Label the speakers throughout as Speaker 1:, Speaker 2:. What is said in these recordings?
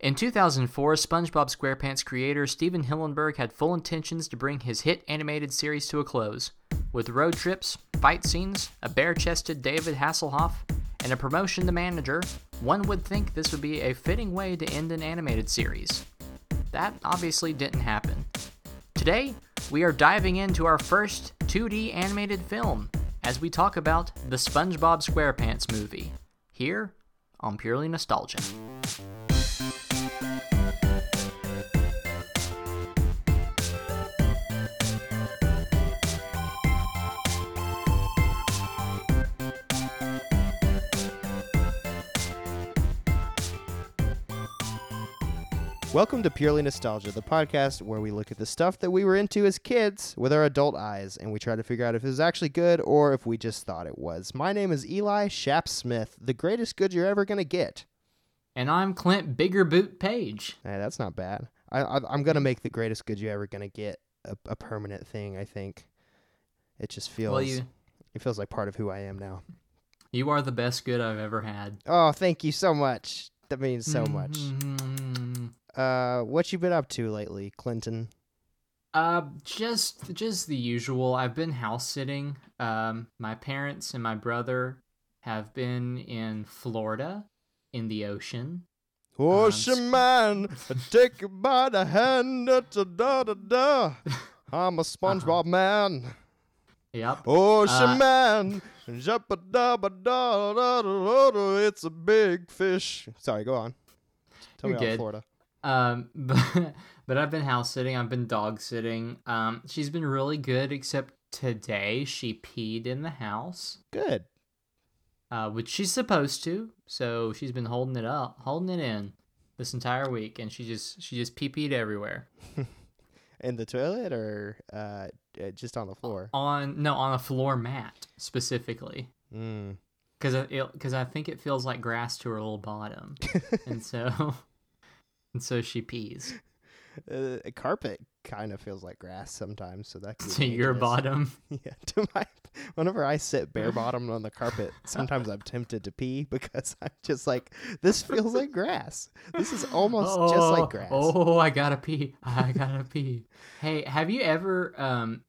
Speaker 1: In 2004, SpongeBob SquarePants creator Steven Hillenburg had full intentions to bring his hit animated series to a close, with road trips, fight scenes, a bare chested David Hasselhoff, and a promotion to manager. One would think this would be a fitting way to end an animated series. That obviously didn't happen. Today, we are diving into our first 2D animated film as we talk about the SpongeBob SquarePants movie, here on Purely Nostalgia.
Speaker 2: Welcome to Purely Nostalgia, the podcast where we look at the stuff that we were into as kids with our adult eyes and we try to figure out if it was actually good or if we just thought it was. My name is Eli Shap Smith, the greatest good you're ever going to get.
Speaker 1: And I'm Clint Bigger Boot Page.
Speaker 2: Hey, that's not bad. I, I, I'm going to make the greatest good you're ever going to get a, a permanent thing, I think. It just feels.
Speaker 1: Well, you
Speaker 2: It feels like part of who I am now.
Speaker 1: you are the best good I've ever had.
Speaker 2: Oh, thank you so much. That means so much.
Speaker 1: Mm-hmm.
Speaker 2: Uh, what you been up to lately, Clinton?
Speaker 1: Uh, just just the usual. I've been house sitting. Um, my parents and my brother have been in Florida, in the ocean.
Speaker 2: Ocean man, take you by the hand, da da da da. I'm a SpongeBob man.
Speaker 1: Yep.
Speaker 2: Ocean
Speaker 1: Uh,
Speaker 2: man, jumpa da ba da da da da. It's a big fish. Sorry, go on. Tell
Speaker 1: You're
Speaker 2: me
Speaker 1: good.
Speaker 2: about Florida.
Speaker 1: Um, but, but I've been house sitting. I've been dog sitting. Um, she's been really good, except today she peed in the house,
Speaker 2: Good.
Speaker 1: uh, which she's supposed to. So she's been holding it up, holding it in this entire week, and she just she just pee peed everywhere.
Speaker 2: In the toilet or uh, uh, just on the floor?
Speaker 1: on no on a floor mat specifically
Speaker 2: Mm.
Speaker 1: because because I think it feels like grass to her little bottom, and so and so she pees
Speaker 2: Uh, a carpet kind of feels like grass sometimes, so that could be
Speaker 1: to your
Speaker 2: dangerous.
Speaker 1: bottom.
Speaker 2: Yeah, to my whenever I sit bare bottomed on the carpet, sometimes I'm tempted to pee because I'm just like, this feels like grass. This is almost just like grass.
Speaker 1: Oh, I gotta pee! I gotta pee! Hey, have you ever um?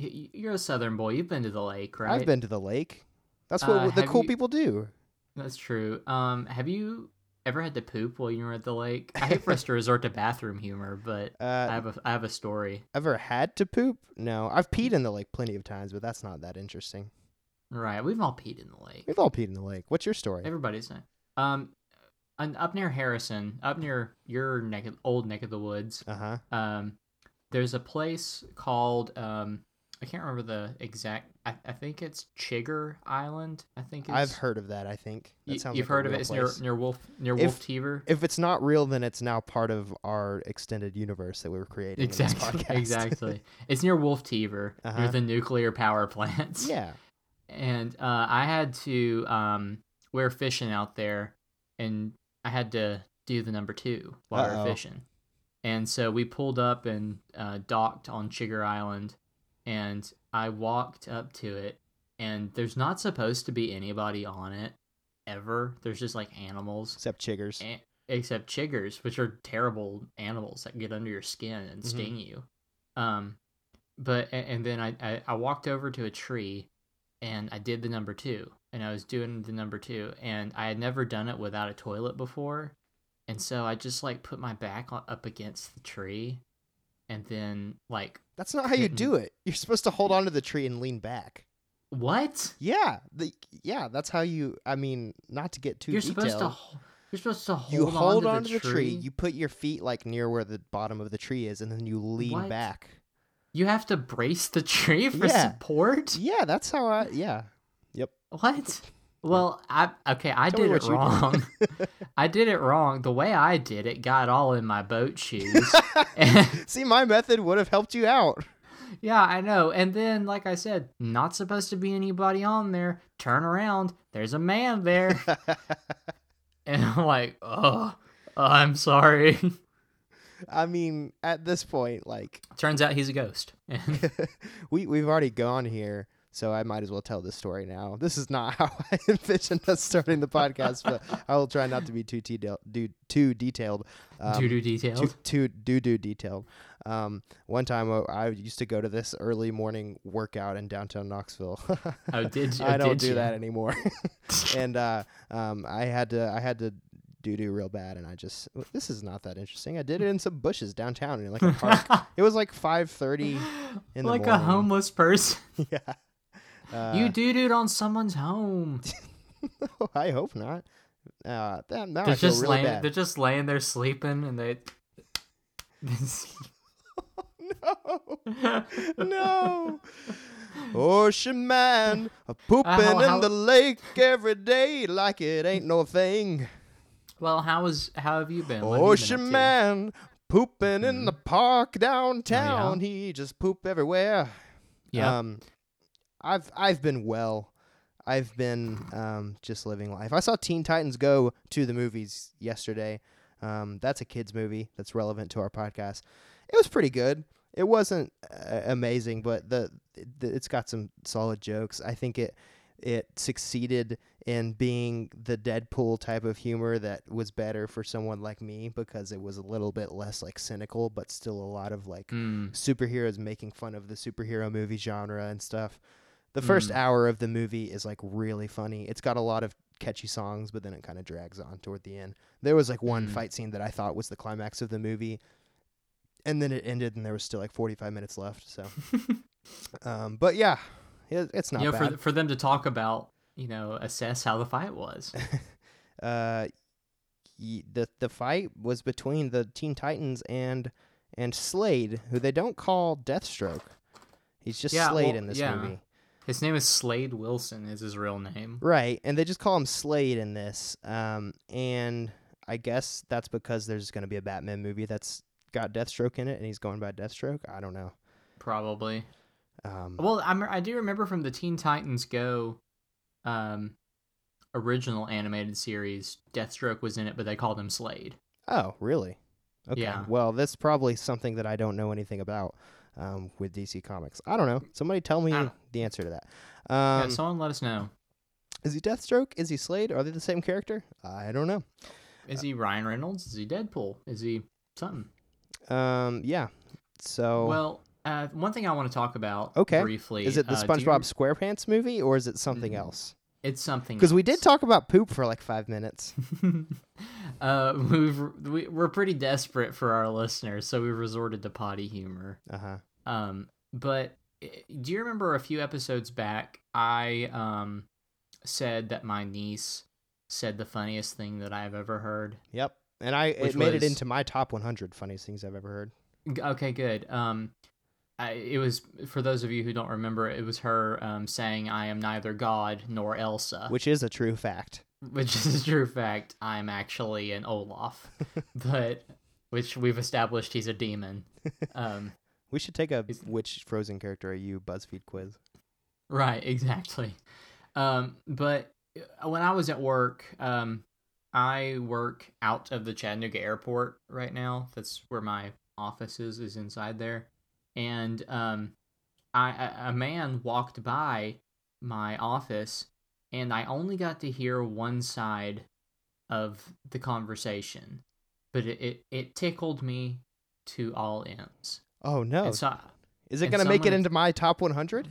Speaker 1: y- y- You're a southern boy. You've been to the lake, right?
Speaker 2: I've been to the lake. That's what
Speaker 1: Uh,
Speaker 2: w- the
Speaker 1: have
Speaker 2: cool
Speaker 1: you-
Speaker 2: people do.
Speaker 1: That's true. Um, have you ever had to poop while you were at the lake? I hate for us to resort to bathroom humor, but I
Speaker 2: Uh,
Speaker 1: have a I have a story.
Speaker 2: ever had to poop? No, I've peed in the lake plenty of times, but that's not that interesting.
Speaker 1: Right, we've all peed in the lake.
Speaker 2: We've all peed in the lake. What's your story?
Speaker 1: Everybody's name. Um, and up near Harrison, up near your neck, of- old neck of the woods,
Speaker 2: Uh huh.
Speaker 1: um, there's a place called um, I can't remember the exact. I, I think it's Chigger Island. I think it's,
Speaker 2: I've heard of that. I think that
Speaker 1: you,
Speaker 2: sounds.
Speaker 1: you've
Speaker 2: like a
Speaker 1: heard of
Speaker 2: real
Speaker 1: it. It's near
Speaker 2: place.
Speaker 1: near Wolf near
Speaker 2: If-
Speaker 1: Wolf Teever.
Speaker 2: If it's not real, then it's now part of our extended universe that we were creating. in this
Speaker 1: Exactly.
Speaker 2: podcast.
Speaker 1: Exactly. It's near Wolf Teever, near
Speaker 2: Uh-huh.
Speaker 1: the nuclear power plants.
Speaker 2: yeah.
Speaker 1: and uh, I had to um, we were fishing out there, and I had to do the number two while we
Speaker 2: Uh-oh.
Speaker 1: were fishing, and so we pulled up and uh, docked on Chigger Island, and I walked up to it, and there's not supposed to be anybody on it ever. There's just like animals,
Speaker 2: Except chiggers.
Speaker 1: and, except chiggers, which are terrible animals that get under your skin and
Speaker 2: Mhm.
Speaker 1: sting you. Um, but a- and then I, I I walked over to a tree, and I did the number two, and I was doing the number two, and I had never done it without a toilet before, and so I just like put my back o- up against the tree, and then like
Speaker 2: That's not how you
Speaker 1: Mm-mm.
Speaker 2: do it. You're supposed to hold onto the tree and lean back.
Speaker 1: what
Speaker 2: Yeah, the, yeah, that's how you. I mean, not to get too
Speaker 1: you're
Speaker 2: detailed.
Speaker 1: supposed to ho- you're supposed to hold
Speaker 2: you hold
Speaker 1: on
Speaker 2: onto
Speaker 1: to
Speaker 2: the, tree. You put your feet like near where the bottom of the tree is, and then you lean
Speaker 1: What?
Speaker 2: back.
Speaker 1: You have to brace the tree for
Speaker 2: Yeah.
Speaker 1: support.
Speaker 2: Yeah, that's how I. Yeah,
Speaker 1: What? Well, I okay, I
Speaker 2: Tell me
Speaker 1: did
Speaker 2: what
Speaker 1: it
Speaker 2: you did.
Speaker 1: wrong. I did it wrong. The way I did it got all in my boat shoes. And-
Speaker 2: see, my method would have helped you out.
Speaker 1: yeah, I know. And then like I said, not supposed to be anybody on there. Turn around, there's a man there. and I'm like, "Oh, I'm sorry."
Speaker 2: I mean, at this point, like
Speaker 1: Turns out he's a ghost. And
Speaker 2: we we've already gone here So I might as well tell this story now. This is not how I envisioned us starting the podcast, but I will try not to be too te- do, too detailed. Um,
Speaker 1: Doo doo detailed.
Speaker 2: too too doo doo detailed. Um, one time uh, I used to go to this early morning workout in downtown Knoxville.
Speaker 1: oh, did you?
Speaker 2: I don't
Speaker 1: did
Speaker 2: do
Speaker 1: you?
Speaker 2: that anymore. and uh, um, I had to I had to do do real bad, and I just this is not that interesting. I did it in some bushes downtown in like a park. it was like five thirty in
Speaker 1: like
Speaker 2: the
Speaker 1: a
Speaker 2: morning.
Speaker 1: homeless person.
Speaker 2: yeah. Uh,
Speaker 1: you doo dooed on someone's home.
Speaker 2: I hope not. Uh, that now I
Speaker 1: They're
Speaker 2: feel
Speaker 1: just
Speaker 2: really
Speaker 1: laying.
Speaker 2: bad.
Speaker 1: They're just laying there sleeping, and they.
Speaker 2: no, no. Ocean man, a pooping
Speaker 1: how- how-
Speaker 2: in the lake every day like it ain't no thing.
Speaker 1: well, how is how have you been? What have you Mm-hmm. Oh, been up
Speaker 2: Ocean
Speaker 1: to?
Speaker 2: man, pooping in the park downtown. He just poop everywhere.
Speaker 1: Yeah.
Speaker 2: Um, I've I've been well. I've been um, just living life. I saw Teen Titans Go to the movies yesterday. Um, that's a kids movie that's relevant to our podcast. It was pretty good. It wasn't uh, amazing, but the, the it's got some solid jokes. I think it it succeeded in being the Deadpool type of humor that was better for someone like me because it was a little bit less like cynical, but still a lot of like
Speaker 1: Mm.
Speaker 2: superheroes making fun of the superhero movie genre and stuff. The
Speaker 1: Hmm.
Speaker 2: first hour of the movie is like really funny. It's got a lot of catchy songs, but then it kind of drags on toward the end. There was like one
Speaker 1: Mm.
Speaker 2: fight scene that I thought was the climax of the movie, and then it ended, and there was still like 45 minutes left. So, um, but yeah, it, it's not
Speaker 1: you know,
Speaker 2: bad.
Speaker 1: for for them to talk about, you know, assess how the fight was.
Speaker 2: uh, y- the the fight was between the Teen Titans and and Slade, who they don't call Deathstroke. He's just
Speaker 1: Yeah,
Speaker 2: Slade
Speaker 1: well,
Speaker 2: in this
Speaker 1: yeah.
Speaker 2: movie.
Speaker 1: His name is Slade Wilson. Is his real name?
Speaker 2: Right, and they just call him Slade in this. Um, and I guess that's because there's going to be a Batman movie that's got Deathstroke in it, and he's going by Deathstroke. I don't know.
Speaker 1: Probably.
Speaker 2: Um,
Speaker 1: Well, I'm, I do remember from the Teen Titans Go, um, original animated series, Deathstroke was in it, but they called him Slade.
Speaker 2: oh, really? Okay.
Speaker 1: Yeah.
Speaker 2: Well, that's probably something that I don't know anything about um, with DC Comics. I don't know. Somebody tell me
Speaker 1: Ah.
Speaker 2: the answer to that.
Speaker 1: Yeah,
Speaker 2: Um,
Speaker 1: someone let us know.
Speaker 2: is he Deathstroke? Is he Slade? Are they the same character? I don't know.
Speaker 1: Is he Ryan Reynolds? Is he Deadpool? Is he something?
Speaker 2: Um, yeah. So,
Speaker 1: Well, uh, one thing I want to talk about
Speaker 2: Oh. Okay.
Speaker 1: briefly
Speaker 2: is it the
Speaker 1: uh, do you-
Speaker 2: SpongeBob SquarePants movie, or is it something
Speaker 1: Mm.
Speaker 2: else?
Speaker 1: It's something
Speaker 2: Because we did
Speaker 1: else.
Speaker 2: talk about poop for like five minutes.
Speaker 1: uh, we've we, we're pretty desperate for our listeners, so we resorted to potty humor.
Speaker 2: Uh huh.
Speaker 1: Um, but i- do you remember a few episodes back? I um said that my niece said the funniest thing that I've ever heard.
Speaker 2: Yep. And I
Speaker 1: Which
Speaker 2: it made it
Speaker 1: was-
Speaker 2: into my top 100 funniest things I've ever heard.
Speaker 1: G- Okay, good. Um, I, it was for those of you who don't remember, it was her um saying, "I am neither God nor Elsa,"
Speaker 2: Which is a true fact.
Speaker 1: which is a true fact. I'm actually an Olaf, but which we've established he's a demon. Um,
Speaker 2: We should take a
Speaker 1: Is-
Speaker 2: which Frozen character are you BuzzFeed quiz.
Speaker 1: right, exactly. Um, but uh, when I was at work, um, I work out of the Chattanooga airport right now. That's where my office is, is inside there. And um, I, a- a man walked by my office, and I only got to hear one side of the conversation, but it, it, it tickled me to all ends.
Speaker 2: Oh no.
Speaker 1: And so I-
Speaker 2: Is it
Speaker 1: and
Speaker 2: going to make it
Speaker 1: someone-
Speaker 2: into my top 100?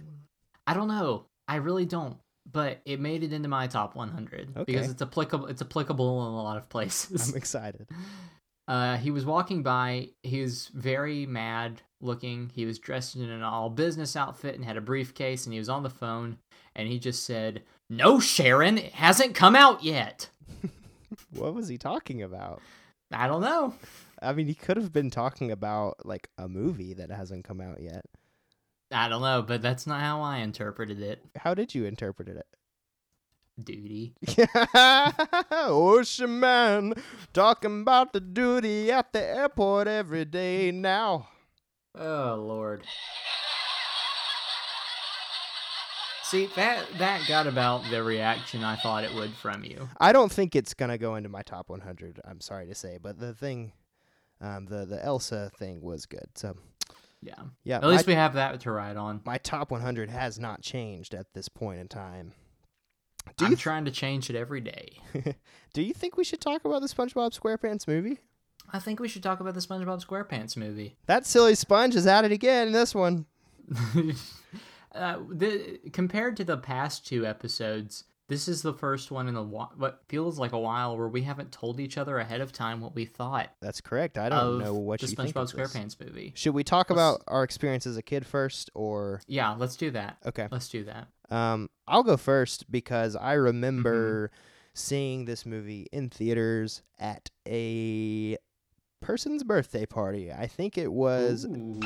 Speaker 1: I don't know. I really don't. But it made it into my top 100 because
Speaker 2: Okay.
Speaker 1: it's applicable. It's applicable in a lot of places.
Speaker 2: I'm excited.
Speaker 1: Uh, he was walking by. He was very mad looking. He was dressed in an all business outfit and had a briefcase. And he was on the phone. And he just said, "No, Sharon, it hasn't come out yet."
Speaker 2: What was he talking about?
Speaker 1: I don't know.
Speaker 2: I mean, he could have been talking about like a movie that hasn't come out yet.
Speaker 1: I don't know. But that's not how I interpreted it.
Speaker 2: How did you interpret it?
Speaker 1: Duty.
Speaker 2: Ocean man talking about the duty at the airport every day now.
Speaker 1: Oh lord. See that that got about the reaction I thought it would from you.
Speaker 2: I don't think it's gonna go into my top 100. I'm sorry to say, but the thing, um, the the Elsa thing was good. So
Speaker 1: Yeah.
Speaker 2: Yeah,
Speaker 1: At least
Speaker 2: my,
Speaker 1: we have that to ride on.
Speaker 2: my top 100 has not changed at this point in time. Do
Speaker 1: I'm
Speaker 2: you
Speaker 1: trying to change it every day.
Speaker 2: do you think we should talk about the SpongeBob SquarePants movie?
Speaker 1: I think we should talk about the SpongeBob SquarePants movie.
Speaker 2: That silly sponge is at it again in this one.
Speaker 1: uh, the compared to the past two episodes, this is the first one in a whi- what feels like a while where we haven't told each other ahead of time what we thought
Speaker 2: That's correct. I don't
Speaker 1: of
Speaker 2: know what
Speaker 1: the
Speaker 2: you think
Speaker 1: SpongeBob
Speaker 2: of this.
Speaker 1: SquarePants movie.
Speaker 2: Should we talk
Speaker 1: Let's-
Speaker 2: about our experience as a kid first, or
Speaker 1: Yeah, let's do that.
Speaker 2: okay?
Speaker 1: Let's do that.
Speaker 2: Um, I'll go first because I remember seeing this movie in theaters at a person's birthday party. I think it was.
Speaker 1: Ooh.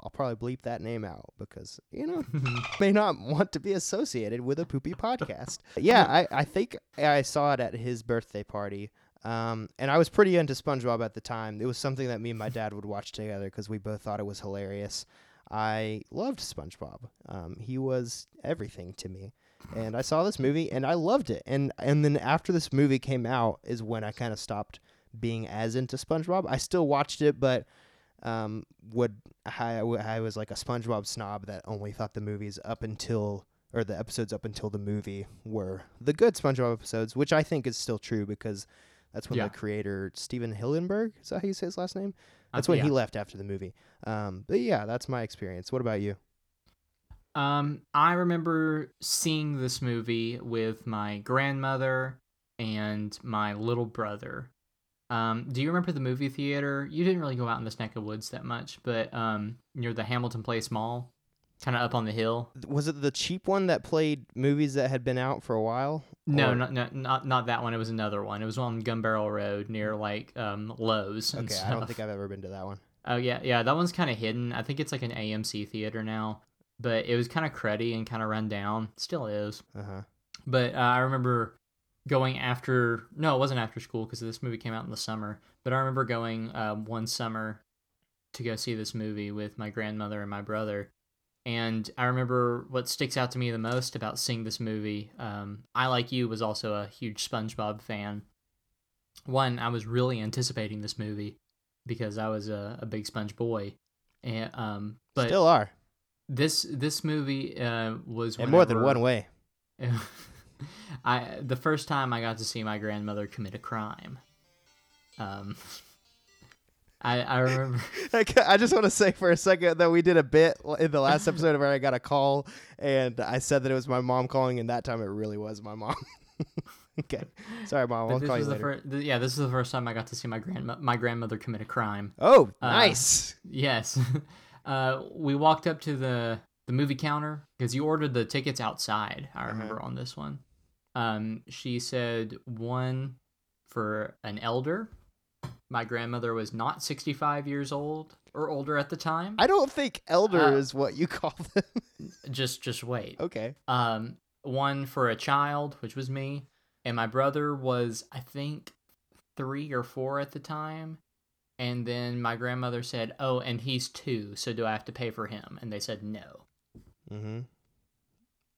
Speaker 2: I'll probably bleep that name out because you know may not want to be associated with a poopy podcast. Yeah, I, I think I saw it at his birthday party. Um, and I was pretty into SpongeBob at the time. It was something that me and my dad would watch together because we both thought it was hilarious. I loved SpongeBob. Um, he was everything to me. And I saw this movie and I loved it. And and then after this movie came out is when I kind of stopped being as into SpongeBob. I still watched it, but um, would I, I was like a SpongeBob snob that only thought the movies up until or the episodes up until the movie were the good SpongeBob episodes, which I think is still true because that's when
Speaker 1: Yeah.
Speaker 2: the creator Steven Hillenberg is that how you say his last name?
Speaker 1: I-
Speaker 2: That's when he
Speaker 1: Uh, yeah.
Speaker 2: left after the movie. Um, but yeah, that's my experience. What about you?
Speaker 1: Um, I remember seeing this movie with my grandmother and my little brother. Um, do you remember the movie theater? You didn't really go out in this neck of woods that much, but um, near the Hamilton Place Mall, kind of up on the hill.
Speaker 2: Was it the cheap one that played movies that had been out for a while?
Speaker 1: No,
Speaker 2: Or-
Speaker 1: not, no, not not that one. It was another one. It was on Gun Barrel Road near like um, Lowe's. And
Speaker 2: Mm-hmm. Okay,
Speaker 1: stuff.
Speaker 2: I don't think I've ever been to that one.
Speaker 1: Oh yeah, yeah, that one's kind of hidden. I think it's like an AMC theater now, but it was kind of cruddy and kind of run down. Still is.
Speaker 2: Uh huh.
Speaker 1: But uh, I remember going after. No, it wasn't after school because this movie came out in the summer. But I remember going uh, one summer to go see this movie with my grandmother and my brother. And I remember what sticks out to me the most about seeing this movie. Um, I like you was also a huge SpongeBob fan. One, I was really anticipating this movie because I was a, a big Sponge boy, and um, but
Speaker 2: Still are,
Speaker 1: this this movie uh, was
Speaker 2: and more than
Speaker 1: whenever-
Speaker 2: one way.
Speaker 1: I the first time I got to see my grandmother commit a crime. Um, I I remember.
Speaker 2: I ca- I just want to say for a second that we did a bit l- in the last episode where I got a call and I said that it was my mom calling, and that time it really was my mom. okay, sorry, mom.
Speaker 1: But
Speaker 2: I'll
Speaker 1: this
Speaker 2: call you
Speaker 1: was the
Speaker 2: later.
Speaker 1: first, yeah, this is the first time I got to see my grandma my grandmother commit a crime.
Speaker 2: oh,
Speaker 1: uh,
Speaker 2: nice.
Speaker 1: Yes, uh, we walked up to the the movie counter because you ordered the tickets outside.
Speaker 2: Uh-huh.
Speaker 1: I remember on this one. Um, she said one for an elder. My grandmother was not sixty five years old or older at the time.
Speaker 2: I don't think elder
Speaker 1: uh,
Speaker 2: is what you call them.
Speaker 1: just just wait.
Speaker 2: okay,
Speaker 1: Um, one for a child, which was me, and my brother was I think three or four at the time. And then my grandmother said, "Oh, and he's two, so do I have to pay for him?" And they said, "No."
Speaker 2: mm-hmm.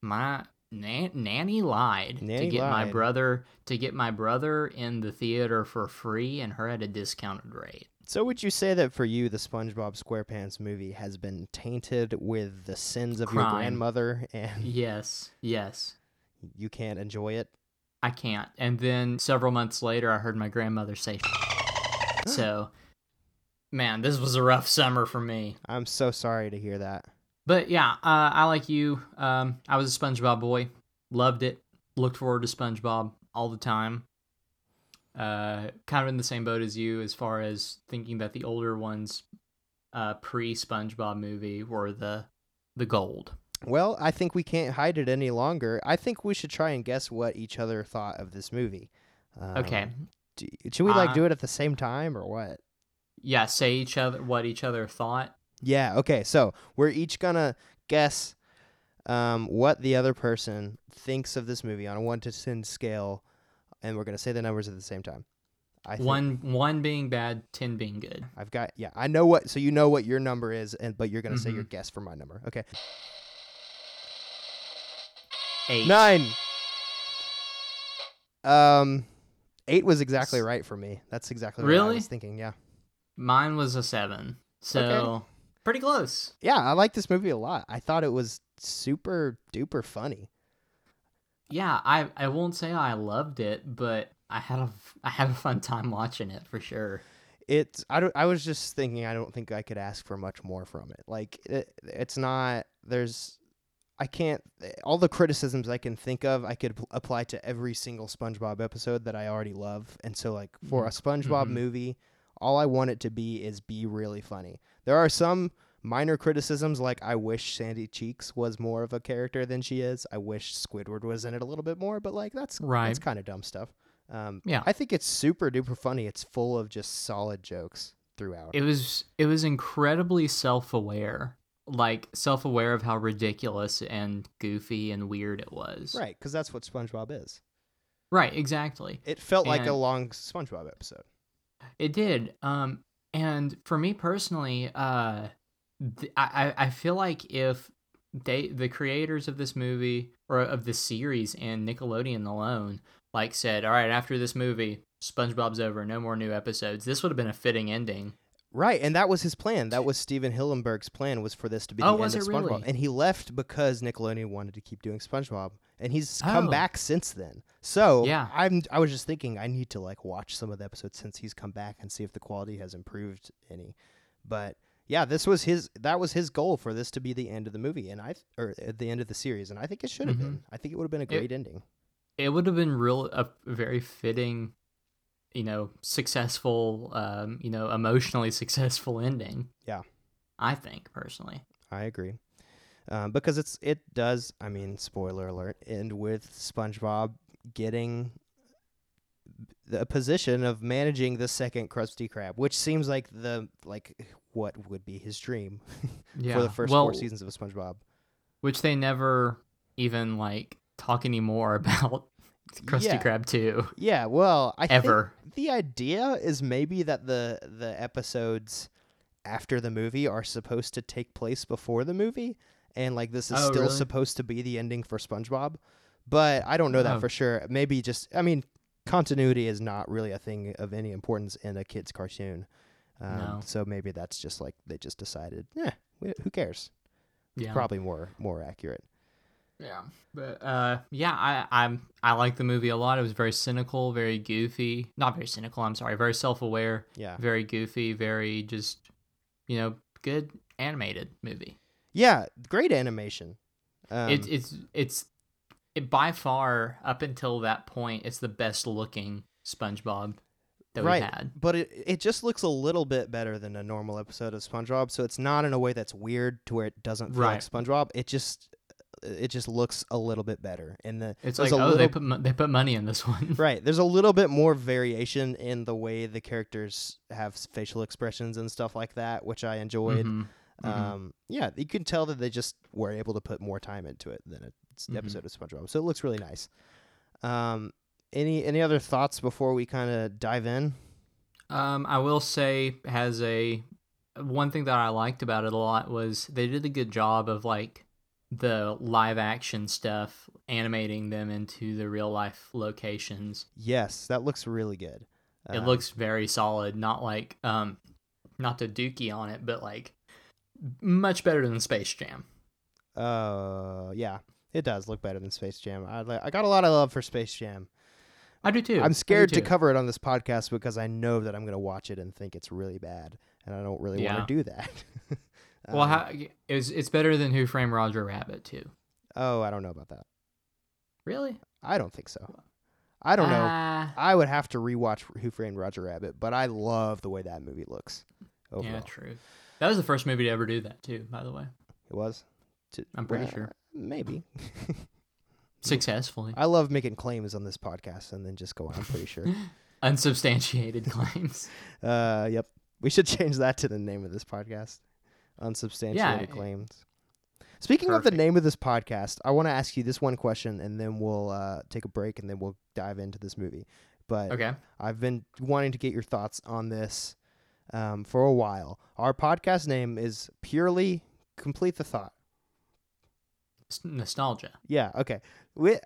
Speaker 1: My nan- nanny lied to
Speaker 2: Nanny
Speaker 1: get my
Speaker 2: lied.
Speaker 1: brother to get my brother in the theater for free, and her at a discounted rate.
Speaker 2: so would you say that for you, the SpongeBob SquarePants movie has been tainted with the sins of your
Speaker 1: Crime.
Speaker 2: grandmother, and
Speaker 1: Yes, yes.
Speaker 2: you can't enjoy it?
Speaker 1: I can't. And then several months later, I heard my grandmother say, so, man, this was a rough summer for me.
Speaker 2: I'm so sorry to hear that.
Speaker 1: But yeah, uh, I like you. Um, I was a SpongeBob boy, loved it, looked forward to SpongeBob all the time. Uh, kind of in the same boat as you, as far as thinking that the older ones, uh, pre SpongeBob movie were the the gold.
Speaker 2: Well, I think we can't hide it any longer. I think we should try and guess what each other thought of this movie. Um,
Speaker 1: Okay,
Speaker 2: do- should we like
Speaker 1: Uh,
Speaker 2: do it at the same time or what?
Speaker 1: yeah, say each other what each other thought.
Speaker 2: Yeah. Okay. So we're each gonna guess um, what the other person thinks of this movie on a one to ten scale, and we're gonna say the numbers at the same time. I think
Speaker 1: One one being bad, ten being good.
Speaker 2: I've got. Yeah. I know what. So you know what your number is, and but you're gonna say your guess for my number. Okay.
Speaker 1: Eight.
Speaker 2: Nine. Um, eight was exactly right for me. That's exactly what I
Speaker 1: Really?
Speaker 2: was thinking. Yeah.
Speaker 1: Mine was a seven. So Pretty close.
Speaker 2: Yeah, I like this movie a lot. I thought it was super duper funny.
Speaker 1: Yeah, I I won't say I loved it, but I had a I had a fun time watching it for sure.
Speaker 2: It's I don't I was just thinking I don't think I could ask for much more from it. Like it, it's not there's I can't all the criticisms I can think of I could p- apply to every single SpongeBob episode that I already love. And so like for a SpongeBob
Speaker 1: Mhm.
Speaker 2: movie, all I want it to be is be really funny. There are some minor criticisms like I wish Sandy Cheeks was more of a character than she is. I wish Squidward was in it a little bit more, but like that's
Speaker 1: Right.
Speaker 2: that's kind of dumb stuff. Um,
Speaker 1: Yeah.
Speaker 2: I think it's super duper funny. It's full of just solid jokes throughout.
Speaker 1: It was it was incredibly self-aware. Like self-aware of how ridiculous and goofy and weird it was.
Speaker 2: Right, because that's what SpongeBob is.
Speaker 1: Right, exactly.
Speaker 2: It felt like a
Speaker 1: And-
Speaker 2: long SpongeBob episode.
Speaker 1: It did. Um, and for me personally, uh, th- I I I feel like if they the creators of this movie or of the series and Nickelodeon alone, like said, all right, after this movie, SpongeBob's over, no more new episodes. This would have been a fitting ending.
Speaker 2: Right, and that was his plan. That was Steven Hillenberg's plan was for this to be the
Speaker 1: Oh,
Speaker 2: end
Speaker 1: was
Speaker 2: of
Speaker 1: it
Speaker 2: SpongeBob.
Speaker 1: really?
Speaker 2: And he left because Nickelodeon wanted to keep doing SpongeBob, and he's come
Speaker 1: Oh.
Speaker 2: back since then. So
Speaker 1: Yeah.
Speaker 2: I'm I was just thinking I need to like watch some of the episodes since he's come back and see if the quality has improved any. But yeah, this was his that was his goal for this to be the end of the movie and I or at the end of the series, and I think it should have
Speaker 1: Mhm.
Speaker 2: been. I think it would have been a great ending.
Speaker 1: It would have been real a very fitting, you know, successful, um, you know, emotionally successful ending.
Speaker 2: Yeah.
Speaker 1: I think personally.
Speaker 2: I agree. Um, because it's it does, I mean, spoiler alert, end with SpongeBob getting the position of managing the second Krusty Krab, which seems like the like what would be his dream
Speaker 1: Yeah.
Speaker 2: for the first
Speaker 1: well,
Speaker 2: four seasons of SpongeBob.
Speaker 1: which they never even like talk anymore about Krusty
Speaker 2: Yeah.
Speaker 1: Krab 2
Speaker 2: Yeah, well, I think
Speaker 1: ever.
Speaker 2: the idea is maybe that the the episodes after the movie are supposed to take place before the movie and like this is
Speaker 1: Oh,
Speaker 2: still
Speaker 1: really?
Speaker 2: supposed to be the ending for SpongeBob but I don't know that
Speaker 1: Oh.
Speaker 2: for sure maybe just I mean continuity is not really a thing of any importance in a kids cartoon um,
Speaker 1: No.
Speaker 2: so maybe that's just like they just decided yeah who cares
Speaker 1: yeah.
Speaker 2: probably more more accurate
Speaker 1: Yeah. But uh yeah, I I'm I like the movie a lot. It was very cynical, very goofy. Not very cynical, I'm sorry. Very self-aware,
Speaker 2: yeah
Speaker 1: very goofy, very just you know, good animated movie.
Speaker 2: yeah great animation um,
Speaker 1: It's it's it's it, by far up until that point, it's the best looking SpongeBob that
Speaker 2: right,
Speaker 1: we've had.
Speaker 2: But it, it just looks a little bit better than a normal episode of SpongeBob, so it's not in a way that's weird to where it doesn't feel
Speaker 1: Right.
Speaker 2: like SpongeBob. It just it just looks a little bit better. And the
Speaker 1: It's like,
Speaker 2: there's a
Speaker 1: oh,
Speaker 2: little,
Speaker 1: they put mo- they put money in this one.
Speaker 2: right. There's a little bit more variation in the way the characters have s- facial expressions and stuff like that, which I enjoyed.
Speaker 1: Mhm. Mhm.
Speaker 2: Um, yeah, you can tell that they just were able to put more time into it than an
Speaker 1: Mhm.
Speaker 2: episode of SpongeBob, so it looks really nice. Um, any any other thoughts before we kind of dive in?
Speaker 1: Um, I will say has a one thing that I liked about it a lot was they did a good job of like the live action stuff animating them into the real life locations.
Speaker 2: Yes, that looks really good.
Speaker 1: it
Speaker 2: Um,
Speaker 1: looks very solid, not like um not to dookie on it, but like much better than Space Jam.
Speaker 2: Uh, yeah, it does look better than Space Jam. I like. I got a lot of love for Space Jam.
Speaker 1: I do too. I do
Speaker 2: I'm scared to
Speaker 1: too.
Speaker 2: cover it on this podcast because I know that I'm going to watch it and think it's really bad, and I don't really
Speaker 1: Yeah.
Speaker 2: want to do that.
Speaker 1: Well,
Speaker 2: Um,
Speaker 1: how, it's it's better than Who Framed Roger Rabbit too.
Speaker 2: oh, I don't know about that.
Speaker 1: Really?
Speaker 2: I don't think so. I don't know.
Speaker 1: Ah,
Speaker 2: I would have to rewatch Who Framed Roger Rabbit, but I love the way that movie looks. Overall,
Speaker 1: yeah, true. That was the first movie to ever do that too. By the way,
Speaker 2: it was. To-
Speaker 1: I'm pretty
Speaker 2: well,
Speaker 1: sure
Speaker 2: Maybe.
Speaker 1: successfully.
Speaker 2: I love making claims on this podcast and then just going. I'm pretty sure.
Speaker 1: unsubstantiated claims.
Speaker 2: Uh, yep. We should change that to the name of this podcast. Unsubstantiated
Speaker 1: Yeah, I-
Speaker 2: claims. Speaking of the
Speaker 1: Perfect.
Speaker 2: name of this podcast, I want to ask you this one question, and then we'll uh, take a break, and then we'll dive into this movie. But
Speaker 1: Okay.
Speaker 2: I've been wanting to get your thoughts on this um, for a while. Our podcast name is purely complete the thought.
Speaker 1: S- Nostalgia.
Speaker 2: Yeah. Okay. We.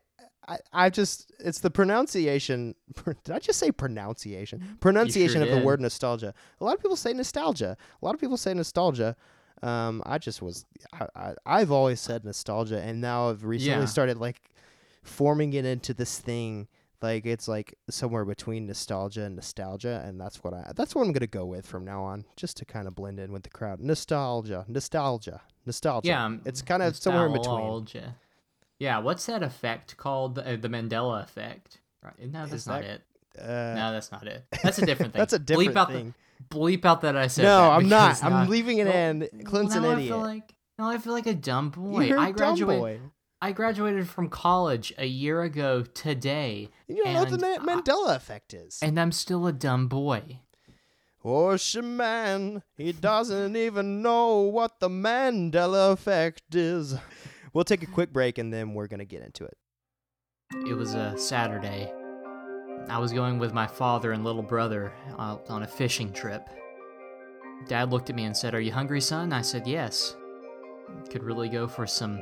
Speaker 2: I, I just it's the pronunciation did I just say pronunciation pronunciation of the
Speaker 1: Mm-hmm. did.
Speaker 2: word nostalgia a lot of people say nostalgia a lot of people say nostalgia Um, I just was. I, I I've always said nostalgia, and now I've recently
Speaker 1: Yeah.
Speaker 2: started like forming it into this thing. Like it's like somewhere between nostalgia and nostalgia, and that's what I that's what I'm gonna go with from now on, just to kind of blend in with the crowd. Nostalgia, nostalgia, nostalgia.
Speaker 1: Yeah, um,
Speaker 2: it's kind of somewhere in between.
Speaker 1: Nostalgia. Yeah, what's that effect called? The, uh, the Mandela effect. Right. No, that's
Speaker 2: Is
Speaker 1: not
Speaker 2: that-
Speaker 1: it.
Speaker 2: Uh,
Speaker 1: No, that's not it. That's a different thing.
Speaker 2: That's a different
Speaker 1: bleep out
Speaker 2: thing.
Speaker 1: The, bleep out that I said.
Speaker 2: no,
Speaker 1: that
Speaker 2: I'm not.
Speaker 1: because
Speaker 2: I'm leaving it
Speaker 1: Well,
Speaker 2: in. Clint's an
Speaker 1: now I
Speaker 2: idiot.
Speaker 1: feel like now I feel like a dumb boy.
Speaker 2: You're a
Speaker 1: I graduated.
Speaker 2: dumb boy.
Speaker 1: I graduated from college a year ago today,
Speaker 2: You don't know what the
Speaker 1: and
Speaker 2: Ma-
Speaker 1: I-
Speaker 2: Mandela effect is.
Speaker 1: and I'm still a dumb boy.
Speaker 2: Ocean man, he doesn't even know what the Mandela effect is. We'll take a quick break and then we're gonna get into it.
Speaker 1: It was a Saturday. I was going with my father and little brother out on a fishing trip. Dad looked at me and said, Are you hungry, son? I said, Yes. Could really go for some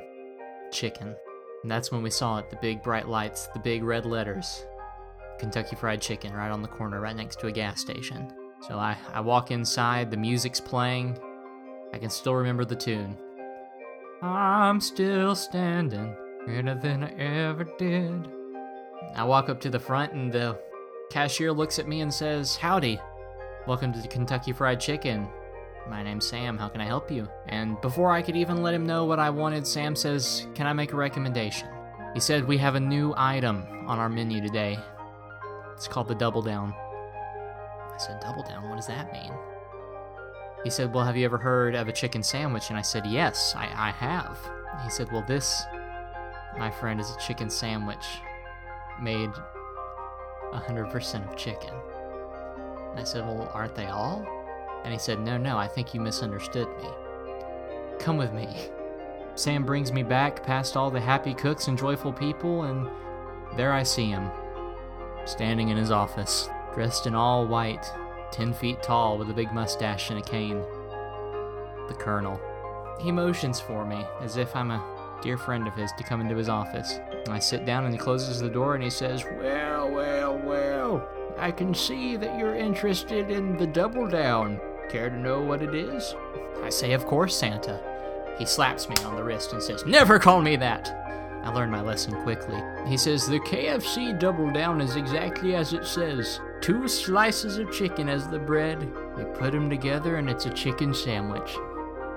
Speaker 1: chicken. And that's when we saw it the big bright lights, the big red letters Kentucky Fried Chicken right on the corner, right next to a gas station. So I, I walk inside, the music's playing. I can still remember the tune. I'm still standing, greater than I ever did. I walk up to the front, and the cashier looks at me and says, Howdy, welcome to the Kentucky Fried Chicken. My name's Sam, how can I help you? And before I could even let him know what I wanted, Sam says, Can I make a recommendation? He said, We have a new item on our menu today. It's called the Double Down. I said, Double Down? What does that mean? He said, Well, have you ever heard of a chicken sandwich? And I said, Yes, I, I have. He said, Well, this, my friend, is a chicken sandwich made 100% of chicken. And I said, Well, aren't they all? And he said, No, no, I think you misunderstood me. Come with me. Sam brings me back past all the happy cooks and joyful people, and there I see him, standing in his office, dressed in all white, 10 feet tall, with a big mustache and a cane. The Colonel. He motions for me, as if I'm a dear friend of his, to come into his office. I sit down and he closes the door and he says, Well, well, well, I can see that you're interested in the double down. Care to know what it is? I say, Of course, Santa. He slaps me on the wrist and says, Never call me that! I learned my lesson quickly. He says, The KFC double down is exactly as it says two slices of chicken as the bread. You put 'em together and it's a chicken sandwich.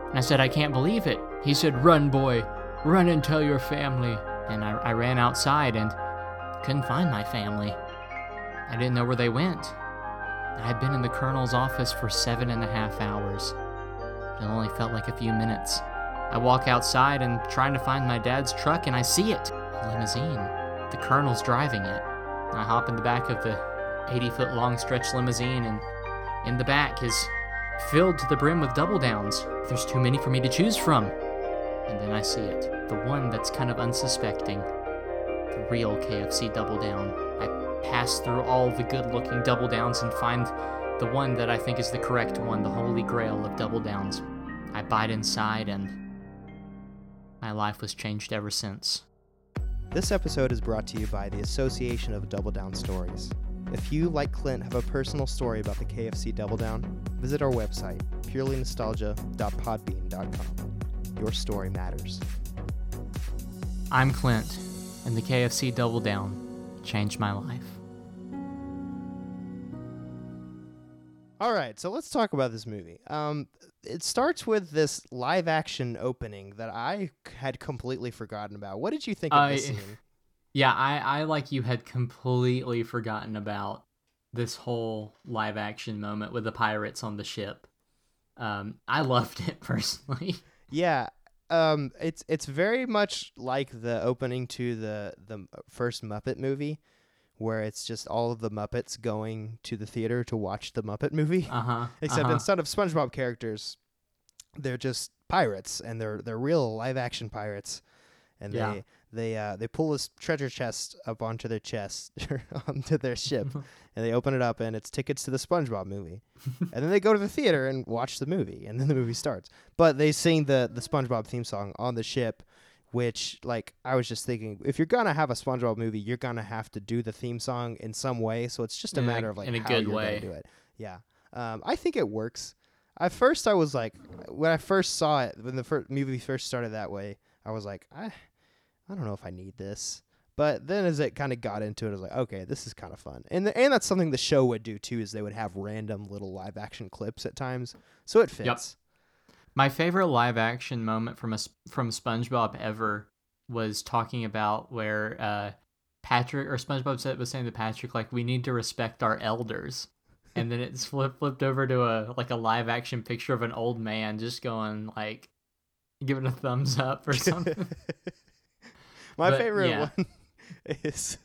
Speaker 1: And I said, I can't believe it. He said, Run, boy, run and tell your family. And I, I ran outside and couldn't find my family. I didn't know where they went. I had been in the colonel's office for seven and a half hours. It only felt like a few minutes. I walk outside and trying to find my dad's truck, and I see it a limousine. The colonel's driving it. I hop in the back of the 80 foot long stretch limousine, and in the back is filled to the brim with double downs. There's too many for me to choose from. And then I see it the one that's kind of unsuspecting. The real KFC double down. I pass through all the good looking double downs and find the one that I think is the correct one, the holy grail of double downs. I bite inside, and my life was changed ever since.
Speaker 2: This episode is brought to you by the Association of Double Down Stories. If you, like Clint, have a personal story about the KFC Double Down, visit our website, purelynostalgia.podbean.com. Your story matters.
Speaker 1: I'm Clint, and the KFC Double Down changed my life.
Speaker 2: All right, so let's talk about this movie. Um, it starts with this live action opening that I had completely forgotten about. What did you think of
Speaker 1: I-
Speaker 2: this scene?
Speaker 1: Yeah, I, I like you had completely forgotten about this whole live action moment with the pirates on the ship. Um, I loved it personally.
Speaker 2: Yeah, um, it's it's very much like the opening to the the first Muppet movie, where it's just all of the Muppets going to the theater to watch the Muppet movie.
Speaker 1: Uh huh.
Speaker 2: Except
Speaker 1: uh
Speaker 2: instead of SpongeBob characters, they're just pirates, and they're they're real live action pirates, and
Speaker 1: Yeah.
Speaker 2: they they uh, they pull this treasure chest up onto their chest onto their ship, and they open it up, and it's tickets to the SpongeBob movie, and then they go to the theater and watch the movie, and then the movie starts. But they sing the the SpongeBob theme song on the ship. Which, like, I was just thinking, if you're gonna have a SpongeBob movie, you're gonna have to do the theme song in some way. So it's just a
Speaker 1: In a-
Speaker 2: matter of like
Speaker 1: in a
Speaker 2: how
Speaker 1: good
Speaker 2: you're
Speaker 1: way.
Speaker 2: gonna do it. Yeah, um, I think it works. At first, I was like, when I first saw it, when the first movie first started that way, I was like, I, I don't know if I need this. But then, as it kind of got into it, I was like, okay, this is kind of fun, and the, and that's something the show would do too, is they would have random little live action clips at times, so it fits.
Speaker 1: My favorite live action moment from a s- from SpongeBob ever was talking about where uh, Patrick or SpongeBob said was saying to Patrick like we need to respect our elders, and then it's flipped flipped over to a like a live action picture of an old man just going like giving a thumbs up or something.
Speaker 2: My
Speaker 1: But,
Speaker 2: favorite
Speaker 1: yeah.
Speaker 2: one is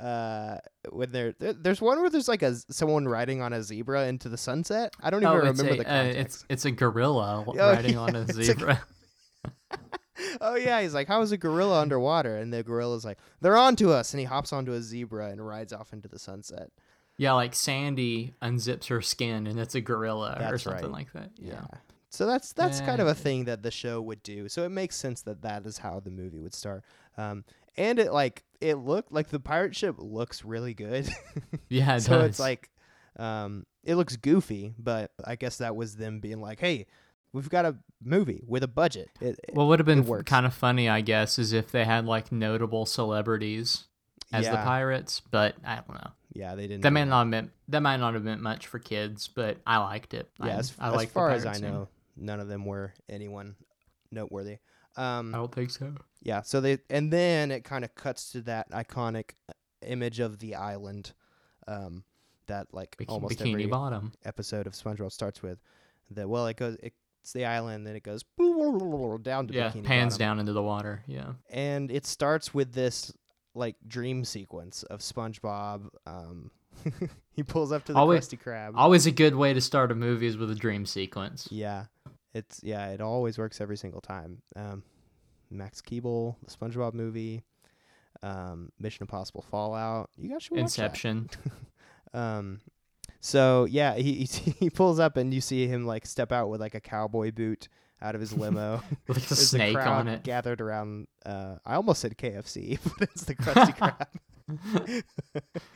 Speaker 2: uh when they're there, there's one where there's like a z- someone riding on a zebra into the sunset. I don't even
Speaker 1: it's
Speaker 2: remember
Speaker 1: a,
Speaker 2: the
Speaker 1: uh,
Speaker 2: context.
Speaker 1: it's it's a gorilla
Speaker 2: yeah,
Speaker 1: riding on a
Speaker 2: it's a-
Speaker 1: zebra.
Speaker 2: oh yeah, he's like, "How is a gorilla underwater?" And the gorilla's like, "They're onto us!" And he hops onto a zebra and rides off into the sunset.
Speaker 1: Yeah, like Sandy unzips her skin and it's a gorilla or
Speaker 2: That's
Speaker 1: something
Speaker 2: right.
Speaker 1: like that. Yeah.
Speaker 2: So that's that's kind of
Speaker 1: Yeah.
Speaker 2: a thing that the show would do. So it makes sense that that is how the movie would start. Um, and it like it looked like the pirate ship looks really good.
Speaker 1: Yeah, it
Speaker 2: so
Speaker 1: does.
Speaker 2: it's like um, it looks goofy, but I guess that was them being like, "Hey, we've got a movie with a budget." It, it-
Speaker 1: what would have
Speaker 2: it
Speaker 1: been
Speaker 2: works.
Speaker 1: kind of funny, I guess, is if they had like notable celebrities as the
Speaker 2: yeah,
Speaker 1: pirates, but I don't know.
Speaker 2: yeah, they didn't.
Speaker 1: That
Speaker 2: do
Speaker 1: may
Speaker 2: that.
Speaker 1: not have meant that might not have meant much for kids, but I liked it.
Speaker 2: Yeah,
Speaker 1: I,
Speaker 2: as,
Speaker 1: I
Speaker 2: as
Speaker 1: liked the
Speaker 2: far as I
Speaker 1: pirate scene.
Speaker 2: know, none of them were anyone noteworthy.
Speaker 1: I
Speaker 2: Um,
Speaker 1: don't think so.
Speaker 2: Yeah. So they and then it kind of cuts to that iconic image of the island um, that like
Speaker 1: Bik-
Speaker 2: almost
Speaker 1: Bikini
Speaker 2: every
Speaker 1: Bottom.
Speaker 2: episode of SpongeBob starts with. That well, it goes. It's the island, then it goes down to
Speaker 1: Yeah,
Speaker 2: Bikini
Speaker 1: pans
Speaker 2: Bottom.
Speaker 1: down into the water. Yeah.
Speaker 2: and it starts with this like dream sequence of SpongeBob. Um, he pulls up to the
Speaker 1: Always-
Speaker 2: Krusty Krab.
Speaker 1: Always a good way to start a movie is with a dream sequence.
Speaker 2: Yeah, it's yeah, it always works every single time. Um, Max Keeble, the SpongeBob movie, um, Mission Impossible Fallout. You guys should watch
Speaker 1: Inception.
Speaker 2: That. Um, so yeah, he he he pulls up and you see him like step out with like a cowboy boot out of his limo.
Speaker 1: With like a
Speaker 2: There's
Speaker 1: snake
Speaker 2: a crowd
Speaker 1: on it.
Speaker 2: gathered around. Uh, I almost said KFC, but it's the Krusty Krab.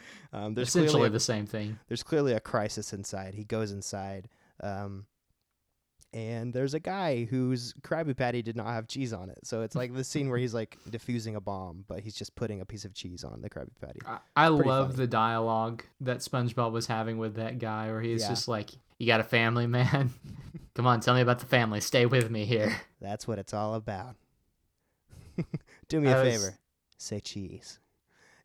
Speaker 2: um, there's
Speaker 1: Essentially
Speaker 2: clearly a
Speaker 1: the same thing.
Speaker 2: there's clearly a crisis inside. He goes inside, um, and there's a guy whose Krabby Patty did not have cheese on it. So it's like the scene where he's like diffusing a bomb, but he's just putting a piece of cheese on the Krabby Patty.
Speaker 1: I, I
Speaker 2: pretty
Speaker 1: love
Speaker 2: funny.
Speaker 1: the dialogue that SpongeBob was having with that guy, where he's
Speaker 2: Yeah.
Speaker 1: just like, "You got a family, man? Come on, tell me about the family. Stay with me here."
Speaker 2: That's what it's all about. Do me a
Speaker 1: I was-
Speaker 2: favor, say cheese.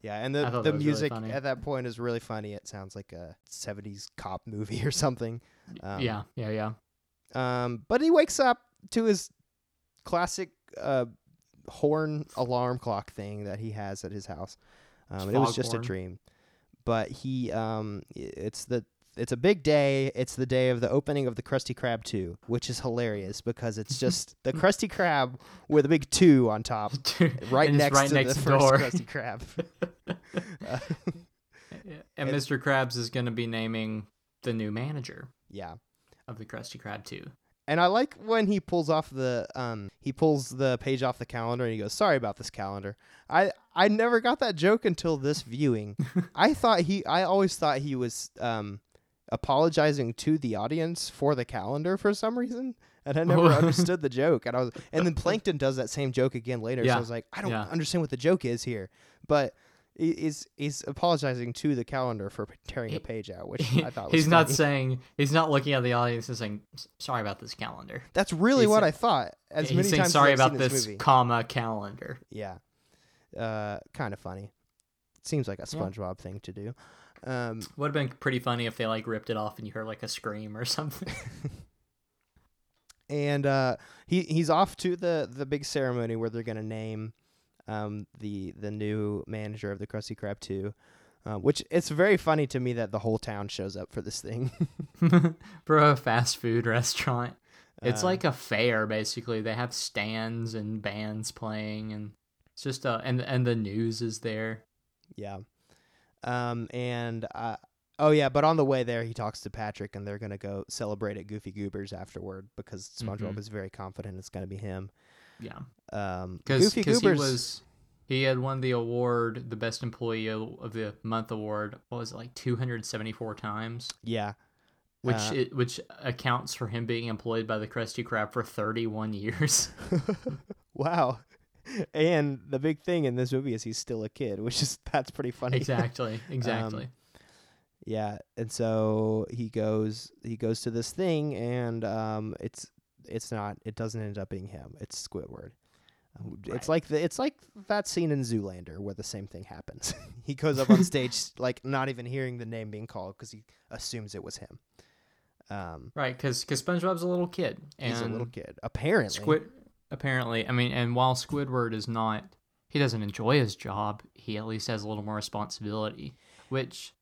Speaker 2: Yeah, and
Speaker 1: I
Speaker 2: the
Speaker 1: thought
Speaker 2: the
Speaker 1: that was really
Speaker 2: music
Speaker 1: funny.
Speaker 2: at that point is really funny. It sounds like a '70s cop movie or something. Um,
Speaker 1: yeah, yeah, yeah.
Speaker 2: Um, but he wakes up to his classic uh, horn alarm clock thing that he has at his house. Um, it was
Speaker 1: fog
Speaker 2: just
Speaker 1: horn.
Speaker 2: a dream, but he um, i- it's the it's a big day. It's the day of the opening of the Krusty Krab two, which is hilarious because it's just the Krusty Krab with a big two on top, right
Speaker 1: And it's
Speaker 2: next to the first Krusty Krab. Uh,
Speaker 1: and
Speaker 2: And-
Speaker 1: Mr. Krabs is going to be naming the new manager
Speaker 2: yeah.
Speaker 1: of the Krusty Krab too.
Speaker 2: And I like when he pulls off the um he pulls the page off the calendar and he goes, "Sorry about this calendar." I I never got that joke until this viewing. I thought he I always thought he was um apologizing to the audience for the calendar for some reason, and I never
Speaker 1: Oh.
Speaker 2: understood the joke. And I was and then Plankton does that same joke again later. So
Speaker 1: Yeah.
Speaker 2: I was like, "I don't
Speaker 1: Yeah.
Speaker 2: understand what the joke is here." But he- he's he's apologizing to the calendar for tearing a page out, which I thought was
Speaker 1: he's not
Speaker 2: funny.
Speaker 1: saying he's not looking at the audience and saying, "S- "Sorry about this calendar."
Speaker 2: That's really
Speaker 1: he's
Speaker 2: what
Speaker 1: sa-
Speaker 2: I thought. As many
Speaker 1: he's saying,
Speaker 2: times as
Speaker 1: "Sorry
Speaker 2: I've
Speaker 1: about
Speaker 2: seen
Speaker 1: this,
Speaker 2: movie.
Speaker 1: comma calendar."
Speaker 2: Yeah. Uh, kind of funny. Seems like a SpongeBob thing to do. Um,
Speaker 1: Would have been pretty funny if they like ripped it off and you heard like a scream or something.
Speaker 2: and uh, he he's off to the the big ceremony where they're gonna name um, the the new manager of the Krusty Krab two. Uh, which it's very funny to me that the whole town shows up for this thing.
Speaker 1: for a fast food restaurant. It's
Speaker 2: Uh,
Speaker 1: like a fair basically. They have stands and bands playing and it's just a and and the news is there.
Speaker 2: yeah. Um, and uh, oh yeah, but on the way there, he talks to Patrick, and they're gonna go celebrate at Goofy Goobers afterward because SpongeBob
Speaker 1: Mhm.
Speaker 2: is very confident it's gonna be him.
Speaker 1: Yeah.
Speaker 2: Um,
Speaker 1: Cuz
Speaker 2: Goofy
Speaker 1: he
Speaker 2: Goobers
Speaker 1: was he had won the award, the best employee of the month award. What was it like 274 times?
Speaker 2: Yeah.
Speaker 1: which
Speaker 2: Uh,
Speaker 1: it, which accounts for him being employed by the Krusty Krab for 31 years.
Speaker 2: Wow. And the big thing in this movie is he's still a kid, which is that's pretty funny. Um.
Speaker 1: exactly, exactly.
Speaker 2: Yeah, and so he goes he goes to this thing, and um, it's it's not it doesn't end up being him. It's Squidward. Um,
Speaker 1: Right.
Speaker 2: It's like the, it's like that scene in Zoolander where the same thing happens. he goes up on stage like not even hearing the name being called because he assumes it was him. Um,
Speaker 1: right, because SpongeBob's a little kid, and
Speaker 2: he's a little kid apparently.
Speaker 1: Squid apparently. I mean, and while Squidward is not, he doesn't enjoy his job. He at least has a little more responsibility, which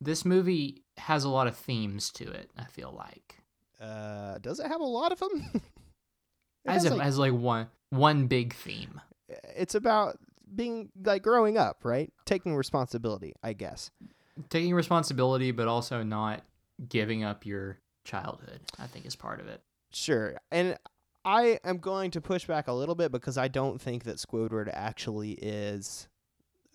Speaker 1: this movie has a lot of themes to it. I feel like
Speaker 2: uh, does it have a lot of them? It
Speaker 1: as
Speaker 2: has,
Speaker 1: if
Speaker 2: like-
Speaker 1: as like one one big theme.
Speaker 2: it's about being like growing up, right? Taking responsibility, I guess.
Speaker 1: taking responsibility but also not giving up your childhood i think is part of it
Speaker 2: Sure. And I am going to push back a little bit because I don't think that Squidward actually is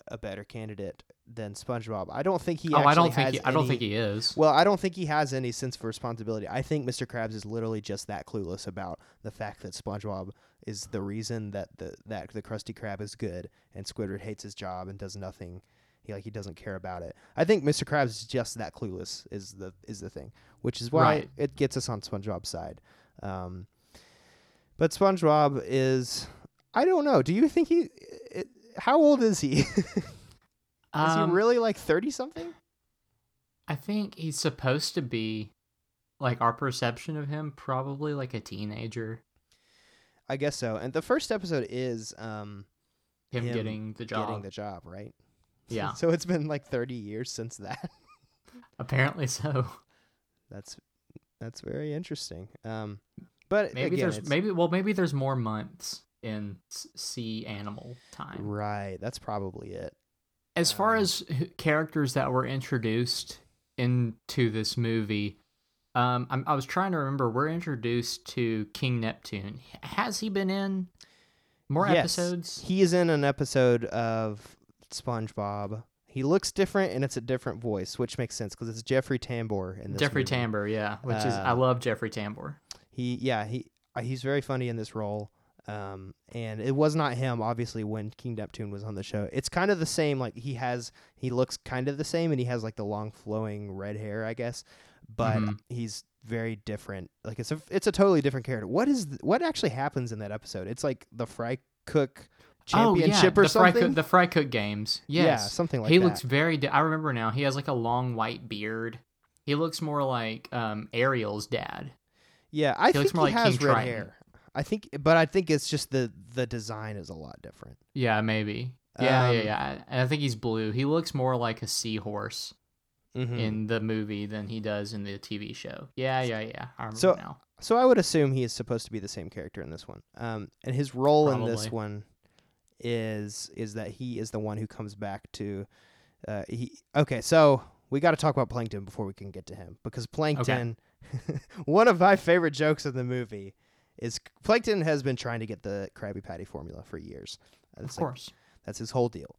Speaker 2: a better candidate than SpongeBob. I don't think he
Speaker 1: oh
Speaker 2: actually
Speaker 1: i don't think
Speaker 2: has
Speaker 1: he, i don't
Speaker 2: any-
Speaker 1: think he is
Speaker 2: well, I don't think he has any sense for responsibility. I think Mr. Krabs is literally just that clueless about the fact that SpongeBob is the reason that the that the Krusty Krab is good and Squidward hates his job and does nothing. He like he doesn't care about it. I think Mr. Krabs is just that clueless is the is the thing, which is why
Speaker 1: Right.
Speaker 2: it gets us on SpongeBob's side. Um, but SpongeBob is I don't know. Do you think he? It, how old is he? is
Speaker 1: Um,
Speaker 2: he really like thirty something?
Speaker 1: i think he's supposed to be like our perception of him probably like a teenager
Speaker 2: I guess so. And the first episode is um,
Speaker 1: him,
Speaker 2: Him
Speaker 1: getting the job
Speaker 2: getting the job, right?
Speaker 1: yeah
Speaker 2: So it's been like 30 years since that.
Speaker 1: apparently so
Speaker 2: That's that's very interesting. Um, but
Speaker 1: maybe
Speaker 2: again,
Speaker 1: there's
Speaker 2: it's-
Speaker 1: maybe well maybe there's more months in s- sea animal time
Speaker 2: right. That's probably it.
Speaker 1: As far
Speaker 2: Um,
Speaker 1: as h- characters that were introduced into this movie, um, I'm, I was trying to remember. We're introduced to King Neptune. H- Has he been in more
Speaker 2: Yes.
Speaker 1: episodes?
Speaker 2: He is in an episode of SpongeBob. He looks different, and it's a different voice, which makes sense because it's Jeffrey Tambor in this.
Speaker 1: Jeffrey
Speaker 2: movie.
Speaker 1: Tambor, yeah, which is I
Speaker 2: Um,
Speaker 1: love Jeffrey Tambor.
Speaker 2: He yeah he uh, he's very funny in this role. Um, and it was not him obviously when King Neptune was on the show. It's kind of the same. Like he has he looks kind of the same, and he has like the long flowing red hair, I guess. But
Speaker 1: Mhm.
Speaker 2: he's very different. Like it's a it's a totally different character. What is th- what actually happens in that episode? It's like the fry cook championship
Speaker 1: oh, yeah,
Speaker 2: or
Speaker 1: the Fry
Speaker 2: something.
Speaker 1: Cook, the Fry Cook Games. Yes,
Speaker 2: Yeah, something like
Speaker 1: he
Speaker 2: that.
Speaker 1: looks very. Di- I remember now. He has like a long white beard. He looks more like um, Ariel's dad.
Speaker 2: yeah, I
Speaker 1: he looks
Speaker 2: think
Speaker 1: more
Speaker 2: he
Speaker 1: like
Speaker 2: has
Speaker 1: King
Speaker 2: red
Speaker 1: Triton.
Speaker 2: hair. I think, but I think it's just the the design is a lot different.
Speaker 1: Yeah, maybe. Yeah, yeah,
Speaker 2: Um,
Speaker 1: yeah. And I think he's blue. He looks more like a seahorse.
Speaker 2: Mm-hmm.
Speaker 1: in the movie than he does in the TV show. Yeah, yeah, yeah. I remember
Speaker 2: So-
Speaker 1: now.
Speaker 2: So I would assume he is supposed to be the same character in this one. Um, and his role in this
Speaker 1: Probably.
Speaker 2: one is is that he is the one who comes back to. Uh, he okay. So we got to talk about Plankton before we can get to him because Plankton, one of my favorite jokes in the movie, is Plankton has been trying to get the Krabby Patty formula for years.
Speaker 1: Of
Speaker 2: That's like
Speaker 1: course.
Speaker 2: that's his whole deal.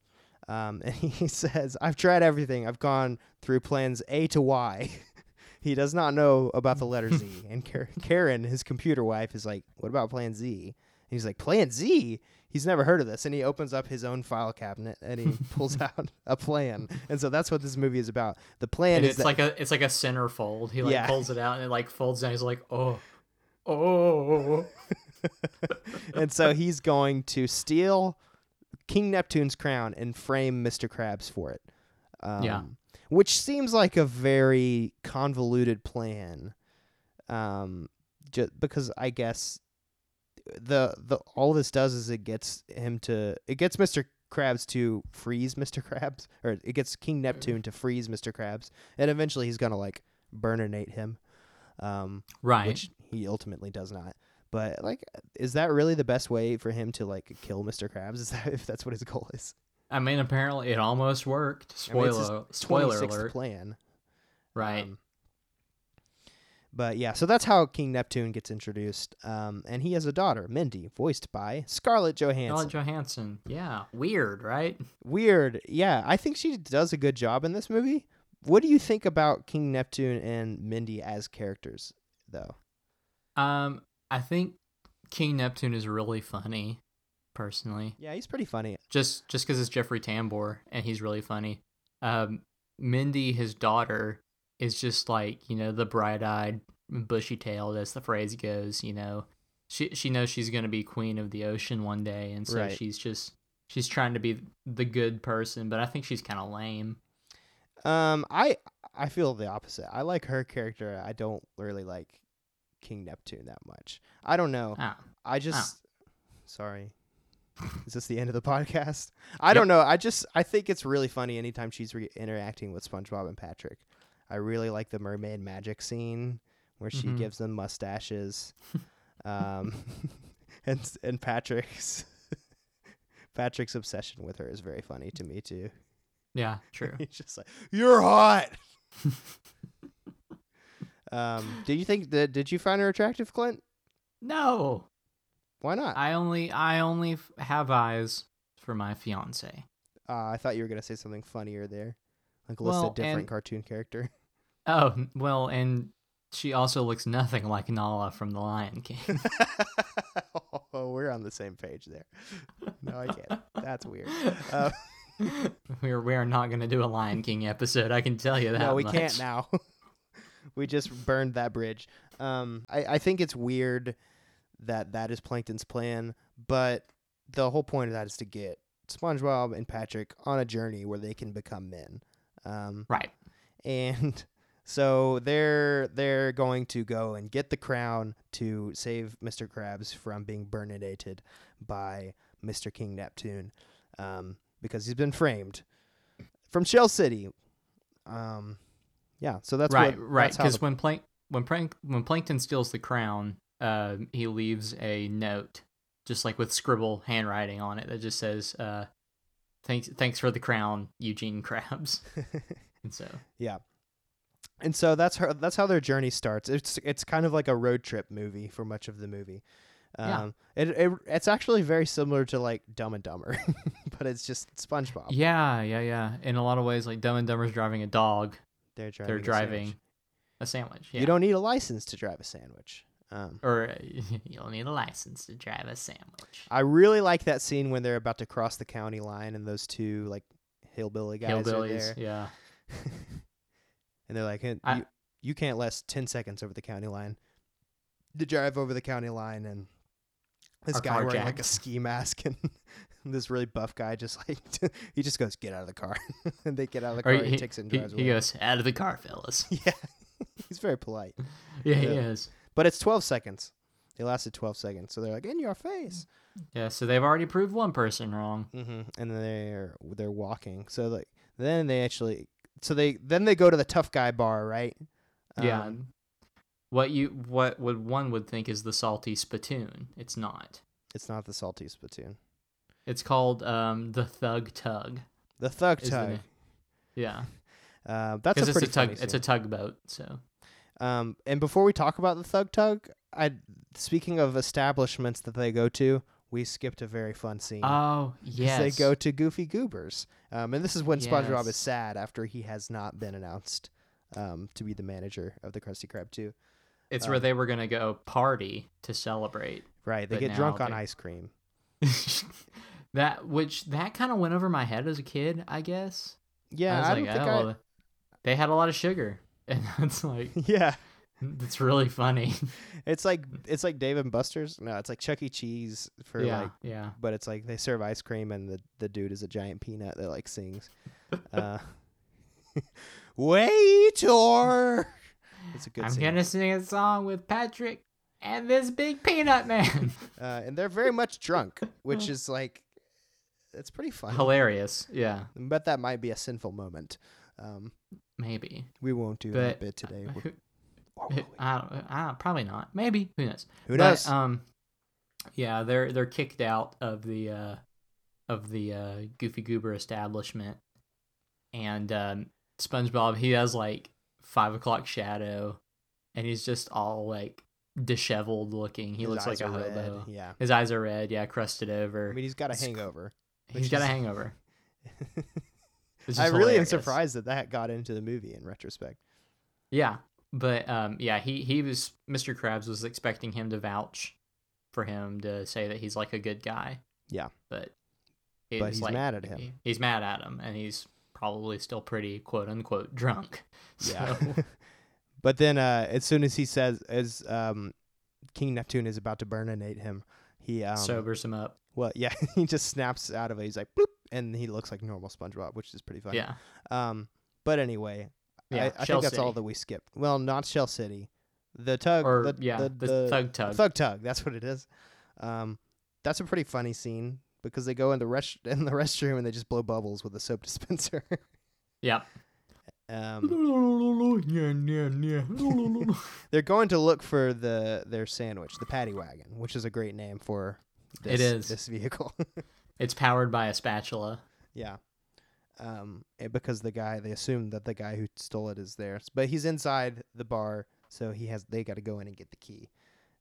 Speaker 2: Um, and he says, I've tried everything. I've gone through plans A to Y. he does not know about the letter Z. And Kar- Karen, his computer wife, is like, What about plan Z? And he's like, Plan Z? He's never heard of this. And he opens up his own file cabinet and he pulls out a plan. And so that's what this movie is about. The plan
Speaker 1: And
Speaker 2: is
Speaker 1: it's
Speaker 2: that
Speaker 1: like a it's like a centerfold. He like
Speaker 2: Yeah.
Speaker 1: pulls it out and it like folds down. He's like, oh, oh.
Speaker 2: and so he's going to steal King Neptune's crown and frame Mr. Krabs for it. Um,
Speaker 1: Yeah.
Speaker 2: Which seems like a very convoluted plan. Um, ju- because I guess the the all this does is it gets him to it gets Mr. Krabs to freeze Mr. Krabs or it gets King Neptune to freeze Mr. Krabs and eventually he's gonna like burnate him. Um,
Speaker 1: Right.
Speaker 2: which he ultimately does not. But like, is that really the best way for him to like kill Mr. Krabs? Is that if that's what his goal is?
Speaker 1: I mean, apparently it almost worked.
Speaker 2: I mean, it's his
Speaker 1: Spoiler spoiler
Speaker 2: 26th
Speaker 1: alert.
Speaker 2: plan.
Speaker 1: Right.
Speaker 2: Um, but yeah, so that's how King Neptune gets introduced, um, and he has a daughter, Mindy, voiced by Scarlett Johansson.
Speaker 1: Scarlett Johansson. Yeah. Weird, right?
Speaker 2: Weird, yeah. I think she does a good job in this movie, What do you think about King Neptune and Mindy as characters, though?
Speaker 1: Um, I think King Neptune is really funny, personally.
Speaker 2: Yeah, he's pretty funny.
Speaker 1: Just just because it's Jeffrey Tambor and he's really funny. Um, Mindy, his daughter, is just like you know the bright-eyed, bushy-tailed, as the phrase goes. You know, she she knows she's gonna be queen of the ocean one day, and so
Speaker 2: Right.
Speaker 1: she's just she's trying to be the good person. But I think she's kind of lame.
Speaker 2: Um, I I feel the opposite. I like her character. I don't really like King Neptune that much. I don't know.
Speaker 1: Ah,
Speaker 2: I just sorry. Is this the end of the podcast? I don't know. I just I think it's really funny anytime she's re- interacting with SpongeBob and Patrick. I really like the mermaid magic scene where she
Speaker 1: Mhm.
Speaker 2: gives them mustaches, um, and and Patrick's Patrick's obsession with her is very funny to me too.
Speaker 1: yeah, true.
Speaker 2: He's just like, "You're hot." um, did you think that? Did you find her attractive, Clint?
Speaker 1: no,
Speaker 2: Why not?
Speaker 1: I only I only f- have eyes for my fiance.
Speaker 2: Uh, I thought you were gonna say something funnier there, like list
Speaker 1: Well,
Speaker 2: a different
Speaker 1: and-
Speaker 2: cartoon character.
Speaker 1: Oh well, and she also looks nothing like Nala from The Lion King.
Speaker 2: oh, we're on the same page there. No, I can't. That's weird. Uh,
Speaker 1: we're we're not gonna do a Lion King episode. I can tell you that.
Speaker 2: no, we
Speaker 1: much.
Speaker 2: can't now. we just burned that bridge. Um, I, I think it's weird that that is Plankton's plan, but the whole point of that is to get SpongeBob and Patrick on a journey where they can become men. Um,
Speaker 1: Right.
Speaker 2: and so they're they're going to go and get the crown to save Mr. Krabs from being burninated by Mr. King Neptune, um, because he's been framed from Shell City. Um, yeah, so that's
Speaker 1: right.
Speaker 2: what,
Speaker 1: right.
Speaker 2: that's how
Speaker 1: Because
Speaker 2: the-
Speaker 1: when Plank when Plank when Plankton steals the crown, uh, he leaves a note, just like with scribble handwriting on it that just says, uh, "Thanks, thanks for the crown, Eugene Krabs." and so,
Speaker 2: and so that's her. That's how their journey starts. It's it's kind of like a road trip movie for much of the movie.
Speaker 1: Yeah.
Speaker 2: Um, it, it it's actually very similar to like Dumb and Dumber, but it's just SpongeBob.
Speaker 1: yeah, yeah, yeah. In a lot of ways, like Dumb and Dumber's driving a dog.
Speaker 2: They're driving.
Speaker 1: They're
Speaker 2: a sandwich.
Speaker 1: driving a sandwich. Yeah.
Speaker 2: You don't need a license to drive a sandwich. Um,
Speaker 1: or uh, you'll need a license to drive a sandwich.
Speaker 2: I really like that scene when they're about to cross the county line and those two like hillbilly guys are
Speaker 1: Hillbillies,
Speaker 2: there,
Speaker 1: yeah.
Speaker 2: and they're like, "Hey,
Speaker 1: I-
Speaker 2: you, "You can't last ten seconds over the county line." To drive over the county line, and this
Speaker 1: Are
Speaker 2: guy wearing like
Speaker 1: carjacked.
Speaker 2: a ski mask and. This really buff guy just like he just goes get out of the car, and they get out of the car.
Speaker 1: Or
Speaker 2: he, takes it and
Speaker 1: he-
Speaker 2: drives
Speaker 1: he
Speaker 2: away.
Speaker 1: goes out of the car, fellas.
Speaker 2: yeah, he's very polite.
Speaker 1: Yeah, he
Speaker 2: Yeah.
Speaker 1: is.
Speaker 2: But it's 12 seconds. They lasted 12 seconds. So they're like, in your face.
Speaker 1: Yeah, so they've already proved one person wrong.
Speaker 2: Mm-hmm. And then they're, they're walking. So like, then they actually, so they, then they go to the tough guy bar, right?
Speaker 1: yeah.
Speaker 2: Um,
Speaker 1: What you what would one would think is the salty spittoon? It's not.
Speaker 2: it's not the salty spittoon.
Speaker 1: It's called um the thug tug.
Speaker 2: The thug
Speaker 1: Is the
Speaker 2: tug.
Speaker 1: name. Yeah,
Speaker 2: Uh, that's
Speaker 1: because
Speaker 2: a
Speaker 1: it's
Speaker 2: pretty
Speaker 1: a tug.
Speaker 2: funny
Speaker 1: It's a tugboat. So
Speaker 2: Um, and before we talk about the thug tug, I, speaking of establishments that they go to, we skipped a very fun scene.
Speaker 1: oh yes,
Speaker 2: They go to Goofy Goobers. Um, and this is when SpongeBob
Speaker 1: Yes.
Speaker 2: is sad after he has not been announced um, to be the manager of the Krusty Krab 2.
Speaker 1: It's
Speaker 2: uh,
Speaker 1: where they were gonna go party to celebrate.
Speaker 2: Right. They
Speaker 1: But
Speaker 2: get drunk
Speaker 1: now
Speaker 2: on
Speaker 1: they-
Speaker 2: ice cream.
Speaker 1: that which that kind of went over my head as a kid, I guess. I
Speaker 2: Yeah,
Speaker 1: was
Speaker 2: I,
Speaker 1: like,
Speaker 2: don't think
Speaker 1: oh,
Speaker 2: I.
Speaker 1: well, they had a lot of sugar, and it's like
Speaker 2: Yeah,
Speaker 1: it's really funny.
Speaker 2: it's like it's like Dave and Buster's. No, it's like Chuck E. Cheese for
Speaker 1: Mm. yeah,
Speaker 2: like,
Speaker 1: yeah.
Speaker 2: but it's like they serve ice cream and the the dude is a giant peanut that like sings. Uh, Waiter. It's a good.
Speaker 1: I'm
Speaker 2: scene.
Speaker 1: gonna sing a song with Patrick and this big peanut man.
Speaker 2: Uh, and they're very much drunk, which is like, it's pretty funny.
Speaker 1: Hilarious. Yeah,
Speaker 2: But that might be a sinful moment. Um,
Speaker 1: maybe.
Speaker 2: we won't do
Speaker 1: But-
Speaker 2: that
Speaker 1: uh,
Speaker 2: bit today.
Speaker 1: Who-
Speaker 2: Or will
Speaker 1: who-
Speaker 2: we?
Speaker 1: I don't, I don't, probably not. Maybe. Who knows?
Speaker 2: Who
Speaker 1: But,
Speaker 2: knows?
Speaker 1: um, yeah, they're they're kicked out of the uh, of the uh, Goofy Goober establishment, and um, SpongeBob he has like five o'clock shadow, and he's just all like disheveled looking. He
Speaker 2: His
Speaker 1: looks like
Speaker 2: eyes
Speaker 1: a
Speaker 2: are red,
Speaker 1: hobo.
Speaker 2: Yeah.
Speaker 1: His eyes are red. Yeah, crusted
Speaker 2: I
Speaker 1: over.
Speaker 2: mean, he's got a
Speaker 1: Sc-
Speaker 2: hangover.
Speaker 1: he's
Speaker 2: which
Speaker 1: got a
Speaker 2: is-
Speaker 1: hangover. Which
Speaker 2: I
Speaker 1: is
Speaker 2: really am
Speaker 1: hilarious.
Speaker 2: surprised that that got into the movie in retrospect.
Speaker 1: Yeah, but um, yeah, he he was Mr. Krabs was expecting him to vouch for him to say that he's like a good guy.
Speaker 2: Yeah.
Speaker 1: but it
Speaker 2: But
Speaker 1: was
Speaker 2: he's
Speaker 1: like-
Speaker 2: mad at him.
Speaker 1: he- he's mad at him, and he's probably still pretty quote unquote drunk.
Speaker 2: Yeah.
Speaker 1: So,
Speaker 2: but then uh, as soon as he says as um, King Neptune is about to burninate him, he um
Speaker 1: sobers him up.
Speaker 2: well yeah, he just snaps out of it. He's like bloop and he looks like normal SpongeBob, which is pretty funny.
Speaker 1: Yeah,
Speaker 2: Um but anyway,
Speaker 1: yeah.
Speaker 2: I, I
Speaker 1: Shell
Speaker 2: think that's all
Speaker 1: City.
Speaker 2: that we skipped. Well, not Shell City. The tug
Speaker 1: or
Speaker 2: the,
Speaker 1: yeah,
Speaker 2: the,
Speaker 1: the, thug tug.
Speaker 2: Thug Tug. That's what it is. Um, that's a pretty funny scene because they go in the rest in the restroom and they just blow bubbles with a soap dispenser.
Speaker 1: Yeah. Mm-hmm.
Speaker 2: um,
Speaker 1: yeah,
Speaker 2: they're going to look for the their sandwich, the paddy wagon, which is a great name for this,
Speaker 1: It is.
Speaker 2: this vehicle.
Speaker 1: it's powered by a spatula.
Speaker 2: yeah. Um, eh, because the guy they assume that the guy who stole it is there, but he's inside the bar, so he has they got to go in and get the key.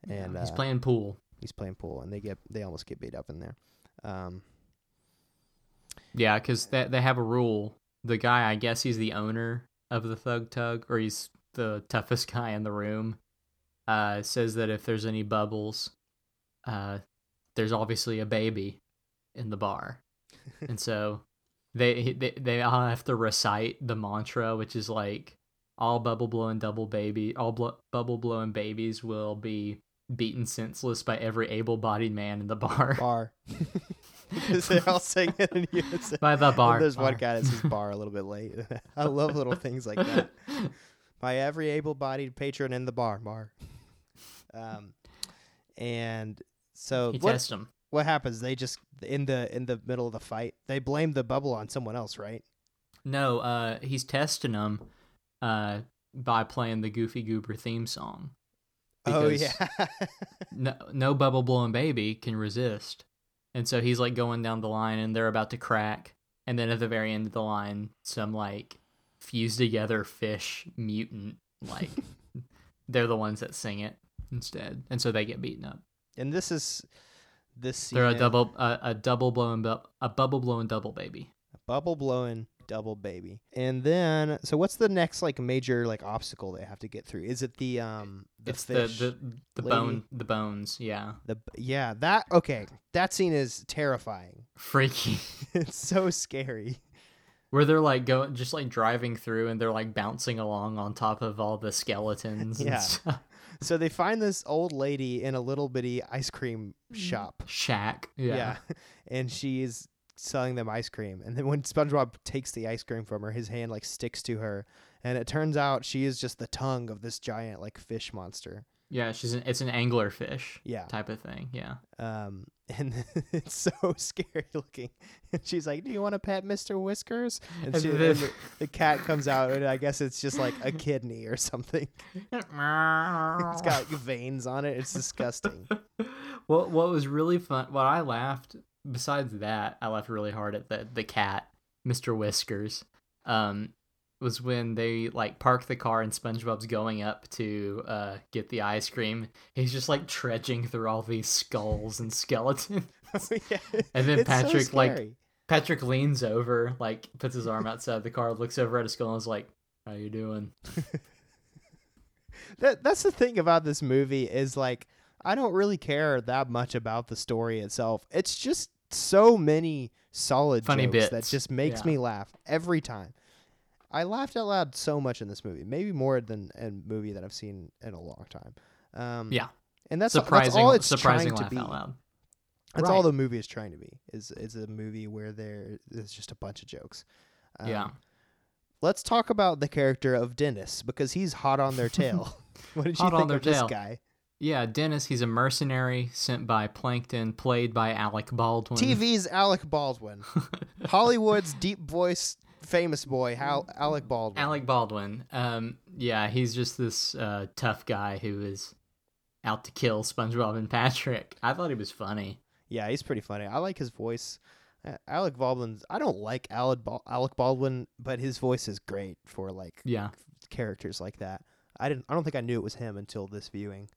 Speaker 2: And
Speaker 1: And he's
Speaker 2: uh,
Speaker 1: playing pool.
Speaker 2: he's playing pool, and they get they almost get beat up in there. Um,
Speaker 1: Yeah, because they, they have a rule. The guy, I guess he's the owner of the Thug Tug, or he's the toughest guy in the room, uh, says that if there's any bubbles, uh, there's obviously a baby in the bar. and so they, they they all have to recite the mantra, which is like all bubble blowing double baby, all blo- bubble blowing babies will be beaten senseless by every able-bodied man in the bar.
Speaker 2: bar. Because they all sing it in unison.
Speaker 1: by the bar.
Speaker 2: And there's one
Speaker 1: bar.
Speaker 2: guy that says bar a little bit late. I love little things like that. By every able bodied patron in the bar, bar. Um, and so
Speaker 1: he
Speaker 2: what,
Speaker 1: tests him.
Speaker 2: what happens? They just in the in the middle of the fight, they blame the bubble on someone else, right?
Speaker 1: No, uh, he's testing him uh, by playing the Goofy Goober theme song. Because
Speaker 2: oh yeah.
Speaker 1: no, no bubble blowing baby can resist. And so he's like going down the line and they're about to crack. And then at the very end of the line, some like fused together fish mutant, like they're the ones that sing it instead. And so they get beaten up.
Speaker 2: and this is this scene
Speaker 1: They're a
Speaker 2: is
Speaker 1: double, a, a double blowing, bu- a bubble blowing double baby.
Speaker 2: bubble blowing double baby. And then so what's the next like major like obstacle they have to get through? Is it the um the
Speaker 1: it's
Speaker 2: fish?
Speaker 1: the, the, the
Speaker 2: lady.
Speaker 1: bone, the bones. Yeah.
Speaker 2: The b- yeah, that okay. That scene is terrifying.
Speaker 1: Freaky.
Speaker 2: it's so scary.
Speaker 1: Where they're like going, just like driving through, and they're like bouncing along on top of all the skeletons.
Speaker 2: Yeah.
Speaker 1: and stuff.
Speaker 2: So they find this old lady in a little bitty ice cream shop.
Speaker 1: shack. Yeah.
Speaker 2: And she is selling them ice cream. And then when SpongeBob takes the ice cream from her, his hand like sticks to her. And it turns out she is just the tongue of this giant like fish monster.
Speaker 1: Yeah, she's an, it's an anglerfish
Speaker 2: Yeah.
Speaker 1: type of thing. Yeah,
Speaker 2: Um and it's so scary looking. And she's like, "Do you want to pet Mr. Whiskers?" And,
Speaker 1: And
Speaker 2: she,
Speaker 1: then-
Speaker 2: and the, the cat comes out and I guess it's just like a kidney or something. It's got veins on it. It's disgusting.
Speaker 1: what what was really fun? What I laughed. Besides that, I laughed really hard at the the cat, Mister Whiskers. Um, was when they like park the car and SpongeBob's going up to uh get the ice cream. He's just like trudging through all these skulls and skeletons.
Speaker 2: yeah.
Speaker 1: And then
Speaker 2: It's so
Speaker 1: Patrick, like-
Speaker 2: scary.
Speaker 1: Patrick leans over, like puts his arm outside the car, looks over at a skull, and is like, "How you doing?"
Speaker 2: that that's the thing about this movie is like I don't really care that much about the story itself. It's just so many solid
Speaker 1: Funny
Speaker 2: jokes that
Speaker 1: bits.
Speaker 2: just makes
Speaker 1: Yeah.
Speaker 2: me laugh every time. I laughed out loud so much in this movie, maybe more than a movie that I've seen in a long time. Um,
Speaker 1: Yeah.
Speaker 2: and that's
Speaker 1: surprising,
Speaker 2: that's all it's
Speaker 1: surprising
Speaker 2: trying
Speaker 1: laugh
Speaker 2: to be.
Speaker 1: out loud.
Speaker 2: That's all
Speaker 1: Right.
Speaker 2: the movie is trying to be. Is is a movie where there is just a bunch of jokes. Um,
Speaker 1: yeah,
Speaker 2: Let's talk about the character of Dennis because he's hot on their tail. what did you
Speaker 1: Hot on
Speaker 2: think
Speaker 1: their
Speaker 2: of this
Speaker 1: tail.
Speaker 2: guy?
Speaker 1: yeah. Dennis, he's a mercenary sent by Plankton, played by Alec Baldwin.
Speaker 2: TV's Alec Baldwin, Hollywood's deep voice, famous boy, Hal- Alec Baldwin.
Speaker 1: Alec Baldwin. Um, yeah, he's just this uh, tough guy who is out to kill SpongeBob and Patrick. I thought he was funny.
Speaker 2: Yeah, he's pretty funny. I like his voice. Uh, Alec Baldwin's. I don't like Alec Bal- Alec Baldwin, but his voice is great for like
Speaker 1: Yeah,
Speaker 2: characters like that. I didn't. I don't think I knew it was him until this viewing.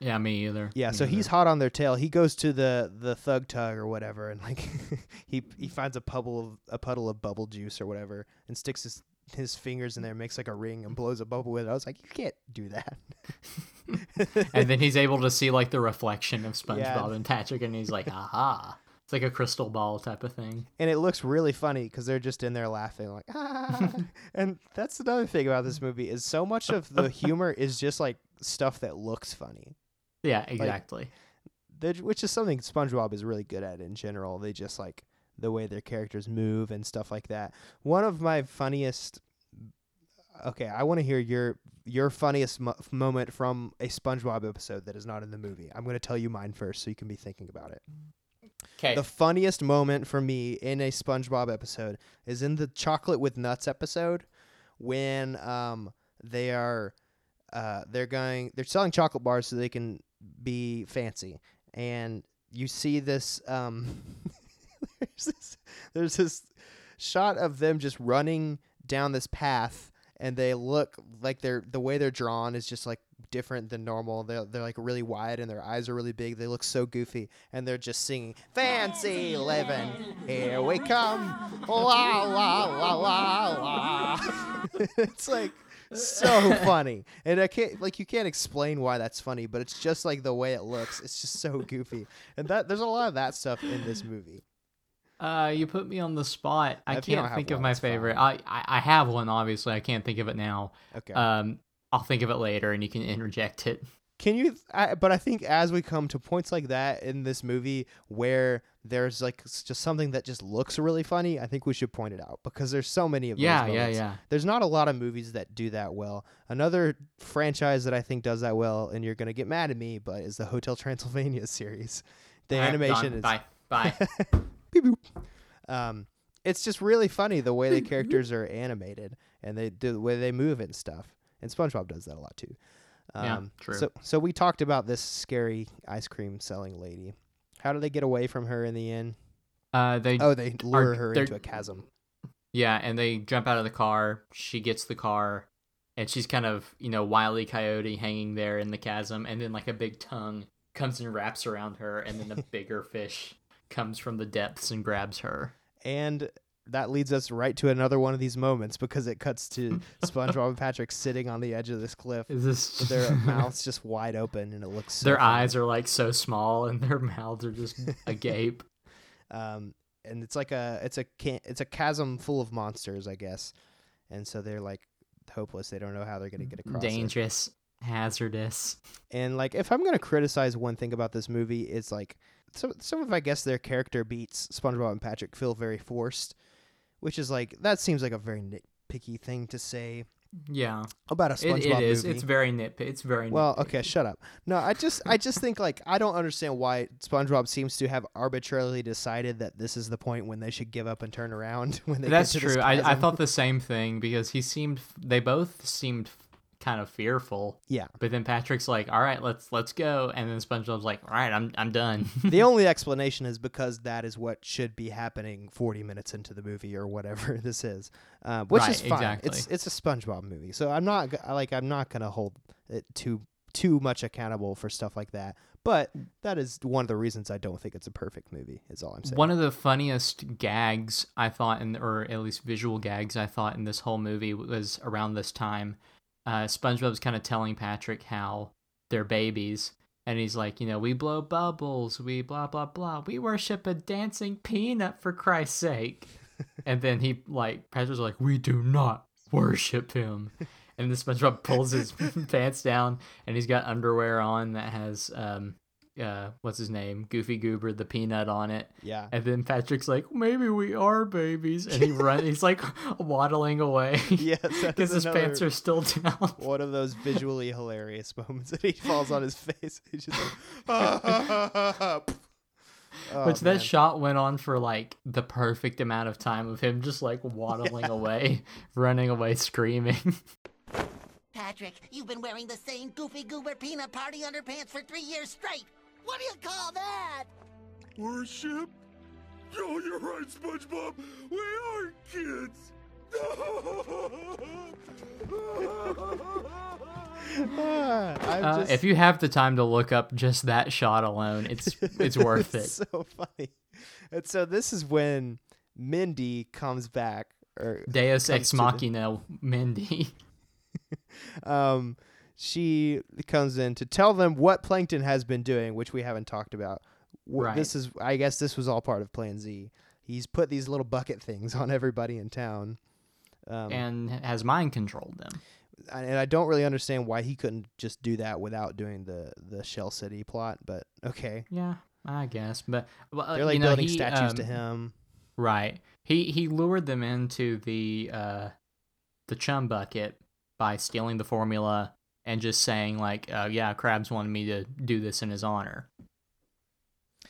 Speaker 1: Yeah, me either.
Speaker 2: Yeah,
Speaker 1: Me
Speaker 2: so
Speaker 1: either.
Speaker 2: he's hot on their tail. He goes to the the thug tug or whatever, and like he he finds a puddle of a puddle of bubble juice or whatever, and sticks his his fingers in there, makes like a ring, and blows a bubble with it. I was like, you can't do that.
Speaker 1: and then he's able to see like the reflection of SpongeBob
Speaker 2: Yeah.
Speaker 1: and Patrick, and he's like, aha. It's like a crystal ball type of thing.
Speaker 2: and it looks really funny because they're just in there laughing like ah. and that's another thing about this movie is so much of the humor is just like stuff that looks funny
Speaker 1: Yeah, exactly.
Speaker 2: They're- which is something spongebob is really good at in general they just like the way their characters move and stuff like that one of my funniest okay i want to hear your your funniest mo- moment from a spongebob episode that is not in the movie i'm going to tell you mine first so you can be thinking about it
Speaker 1: Okay.
Speaker 2: the funniest moment for me in a SpongeBob episode is in the chocolate with nuts episode when um they are uh they're going they're selling chocolate bars so they can be fancy and you see this um there's this there's this shot of them just running down this path and they look like they're the way they're drawn is just like different than normal they're, they're like really wide and their eyes are really big they look so goofy and they're just singing fancy living here we come la la la la la it's like so funny and i can't like you can't explain why that's funny but it's just like the way it looks it's just so goofy and that there's a lot of that stuff in this movie
Speaker 1: Uh, you put me on the spot. I
Speaker 2: If you don't
Speaker 1: can't
Speaker 2: have
Speaker 1: think
Speaker 2: one,
Speaker 1: of my
Speaker 2: it's fine.
Speaker 1: favorite. I, I I have one, obviously. I can't think of it now.
Speaker 2: okay
Speaker 1: Um, I'll think of it later, and you can interject it.
Speaker 2: Can you? I, but I think as we come to points like that in this movie where there's like s- just something that just looks really funny, I think we should point it out because there's so many of those.
Speaker 1: Yeah, yeah,
Speaker 2: moments.
Speaker 1: yeah.
Speaker 2: There's not a lot of movies that do that well. Another franchise that I think does that well, and you're gonna get mad at me, but is the Hotel Transylvania series. The
Speaker 1: All right, done.
Speaker 2: animation is
Speaker 1: Bye. Bye.
Speaker 2: beep, boop. Um, it's just really funny the way the characters are animated and they the way they move and stuff. And SpongeBob does that a lot too. Um,
Speaker 1: Yeah, true.
Speaker 2: So, so we talked about this scary ice cream selling lady. How do they get away from her in the end?
Speaker 1: uh, they
Speaker 2: Oh, they lure
Speaker 1: Are-
Speaker 2: her
Speaker 1: they're-
Speaker 2: into a chasm.
Speaker 1: Yeah, and they jump out of the car. She gets the car, and she's kind of, you know, wily coyote hanging there in the chasm. And then, like, a big tongue comes and wraps around her, and then a bigger fish comes from the depths and grabs her.
Speaker 2: And that leads us right to another one of these moments because it cuts to SpongeBob and Patrick sitting on the edge of this cliff.
Speaker 1: Is this
Speaker 2: with Their mouths just wide open, and it looks so
Speaker 1: Their
Speaker 2: funny.
Speaker 1: eyes are like so small, and their mouths are just agape.
Speaker 2: um, and it's like a it's a can- it's a chasm full of monsters, I guess, and so they're like hopeless. They don't know how they're
Speaker 1: Mm,
Speaker 2: gonna get across. it.
Speaker 1: Dangerous, hazardous.
Speaker 2: And like, if I'm gonna criticize one thing about this movie, it's like some some of I guess their character beats SpongeBob and Patrick feel very forced, which is like that seems like a very nitpicky thing to say
Speaker 1: Yeah,
Speaker 2: about a SpongeBob
Speaker 1: it, it is.
Speaker 2: movie.
Speaker 1: It's very nitpick. It's very
Speaker 2: Well,
Speaker 1: nitpicky.
Speaker 2: okay, shut up. No, I just I just think like I don't understand why SpongeBob seems to have arbitrarily decided that this is the point when they should give up and turn around when they
Speaker 1: That's
Speaker 2: get to this
Speaker 1: true. I, I
Speaker 2: chasm.
Speaker 1: thought the same thing because he seemed they both seemed kind of fearful.
Speaker 2: Yeah.
Speaker 1: But then Patrick's like, "All right, let's let's go," and then SpongeBob's like, "All right, I'm I'm done."
Speaker 2: the only explanation is because that is what should be happening 40 minutes into the movie or whatever this is, uh, which
Speaker 1: Right,
Speaker 2: is fine.
Speaker 1: exactly.
Speaker 2: It's it's a SpongeBob movie, so I'm not g- like I'm not gonna hold it too too much accountable for stuff like that. But that is one of the reasons I don't think it's a perfect movie. Is all I'm saying.
Speaker 1: One of the funniest gags I thought, in or at least visual gags I thought in this whole movie was around this time. Uh, SpongeBob's kind of telling Patrick how they're babies, and he's like, "You know, we blow bubbles, we blah blah blah, we worship a dancing peanut for Christ's sake." and then he like Patrick's like, "We do not worship him." And then SpongeBob pulls his pants down, and he's got underwear on that has um, uh, what's his name, Goofy Goober, the peanut on it.
Speaker 2: yeah.
Speaker 1: And then Patrick's like, maybe we are babies, and he run. He's like waddling away
Speaker 2: Yes, that
Speaker 1: because his
Speaker 2: is
Speaker 1: pants
Speaker 2: another-
Speaker 1: are still down.
Speaker 2: One of those visually hilarious moments that he falls on his face. He's just like, Oh,
Speaker 1: Which
Speaker 2: man.
Speaker 1: that shot went on for like the perfect amount of time of him just like waddling away, running away, screaming.
Speaker 3: Patrick, you've been wearing the same goofy goober peanut party underpants for three years straight. What do you call that?
Speaker 4: Worship? Oh, you're right, SpongeBob. We are kids.
Speaker 2: Ah, I'm
Speaker 1: Uh,
Speaker 2: just-
Speaker 1: if you have the time to look up just that shot alone, it's it's worth it.
Speaker 2: so funny. And so this is when Mindy comes back, or
Speaker 1: Deus
Speaker 2: comes
Speaker 1: ex
Speaker 2: to the-
Speaker 1: machina, Mindy.
Speaker 2: um, she comes in to tell them what Plankton has been doing, which we haven't talked about. Wh-
Speaker 1: Right.
Speaker 2: This is, I guess, this was all part of Plan Z. He's put these little bucket things on everybody in town, um, and,
Speaker 1: and has mind controlled them.
Speaker 2: and I don't really understand why he couldn't just do that without doing the the Shell City plot. But okay,
Speaker 1: Yeah, I guess. But well, uh,
Speaker 2: they're like
Speaker 1: you know,
Speaker 2: building
Speaker 1: he,
Speaker 2: statues to
Speaker 1: um,
Speaker 2: him.
Speaker 1: Right. He he lured them into the uh the chum bucket by stealing the formula and just saying like, uh, "Yeah, Krabs wanted me to do this in his honor."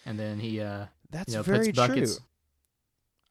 Speaker 1: And then he uh
Speaker 2: That's
Speaker 1: you know
Speaker 2: very
Speaker 1: puts
Speaker 2: true.
Speaker 1: buckets.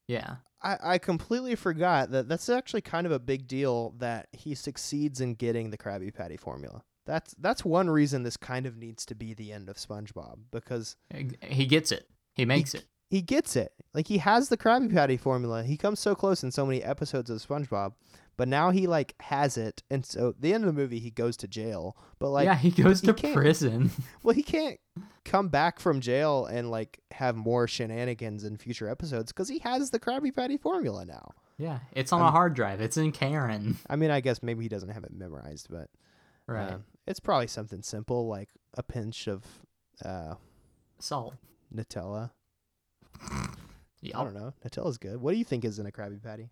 Speaker 1: Yeah.
Speaker 2: I, I completely forgot that that's actually kind of a big deal that he succeeds in getting the Krabby Patty formula. That's that's one reason this kind of needs to be the end of SpongeBob because
Speaker 1: He gets it. He makes it.
Speaker 2: he gets it. Like he has the Krabby Patty formula. He comes so close in so many episodes of SpongeBob, but now he like has it, and so at the end of the movie he goes to jail. But like,
Speaker 1: yeah, he goes
Speaker 2: he
Speaker 1: to
Speaker 2: can't.
Speaker 1: prison.
Speaker 2: well, he can't come back from jail and like have more shenanigans in future episodes because he has the Krabby Patty formula now.
Speaker 1: yeah, it's on a
Speaker 2: Um,
Speaker 1: hard drive. It's in Karen.
Speaker 2: I mean, I guess maybe he doesn't have it memorized, but
Speaker 1: Right.
Speaker 2: um, it's probably something simple like a pinch of uh,
Speaker 1: Salt.
Speaker 2: Nutella.
Speaker 1: Yeah.
Speaker 2: I don't know. Nutella's good. What do you think is in a Krabby Patty?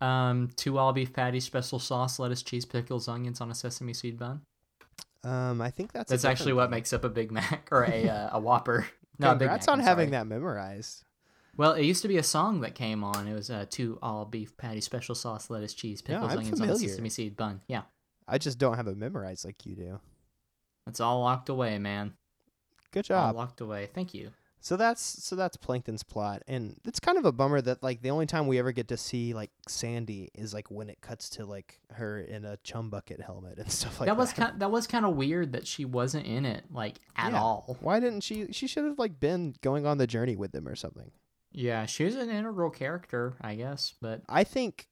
Speaker 1: Um, two all beef patties, special sauce, lettuce, cheese, pickles, onions on a sesame seed bun.
Speaker 2: Um, I think that's a
Speaker 1: That's
Speaker 2: different
Speaker 1: actually what
Speaker 2: thing.
Speaker 1: makes up a Big Mac or a uh, a Whopper. No, a Big
Speaker 2: Congrats
Speaker 1: Mac,
Speaker 2: on
Speaker 1: I'm
Speaker 2: having
Speaker 1: sorry.
Speaker 2: that memorized.
Speaker 1: Well, it used to be a song that came on. It was uh, two all beef patty, special sauce, lettuce, cheese,
Speaker 2: Yeah,
Speaker 1: pickles,
Speaker 2: I'm
Speaker 1: onions on a
Speaker 2: familiar.
Speaker 1: sesame seed bun. Yeah,
Speaker 2: I just don't have it memorized like you do.
Speaker 1: it's all locked away, man.
Speaker 2: Good
Speaker 1: All
Speaker 2: job.
Speaker 1: locked away. Thank you.
Speaker 2: So that's so that's Plankton's plot, and it's kind of a bummer that like the only time we ever get to see like Sandy is like when it cuts to like her in a chum bucket helmet and stuff like that.
Speaker 1: that was kind. That was kind of weird that she wasn't in it like at
Speaker 2: Yeah.
Speaker 1: all.
Speaker 2: Why didn't she? She should have like been going on the journey with them or something.
Speaker 1: Yeah, she was an integral character, I guess. But
Speaker 2: I think,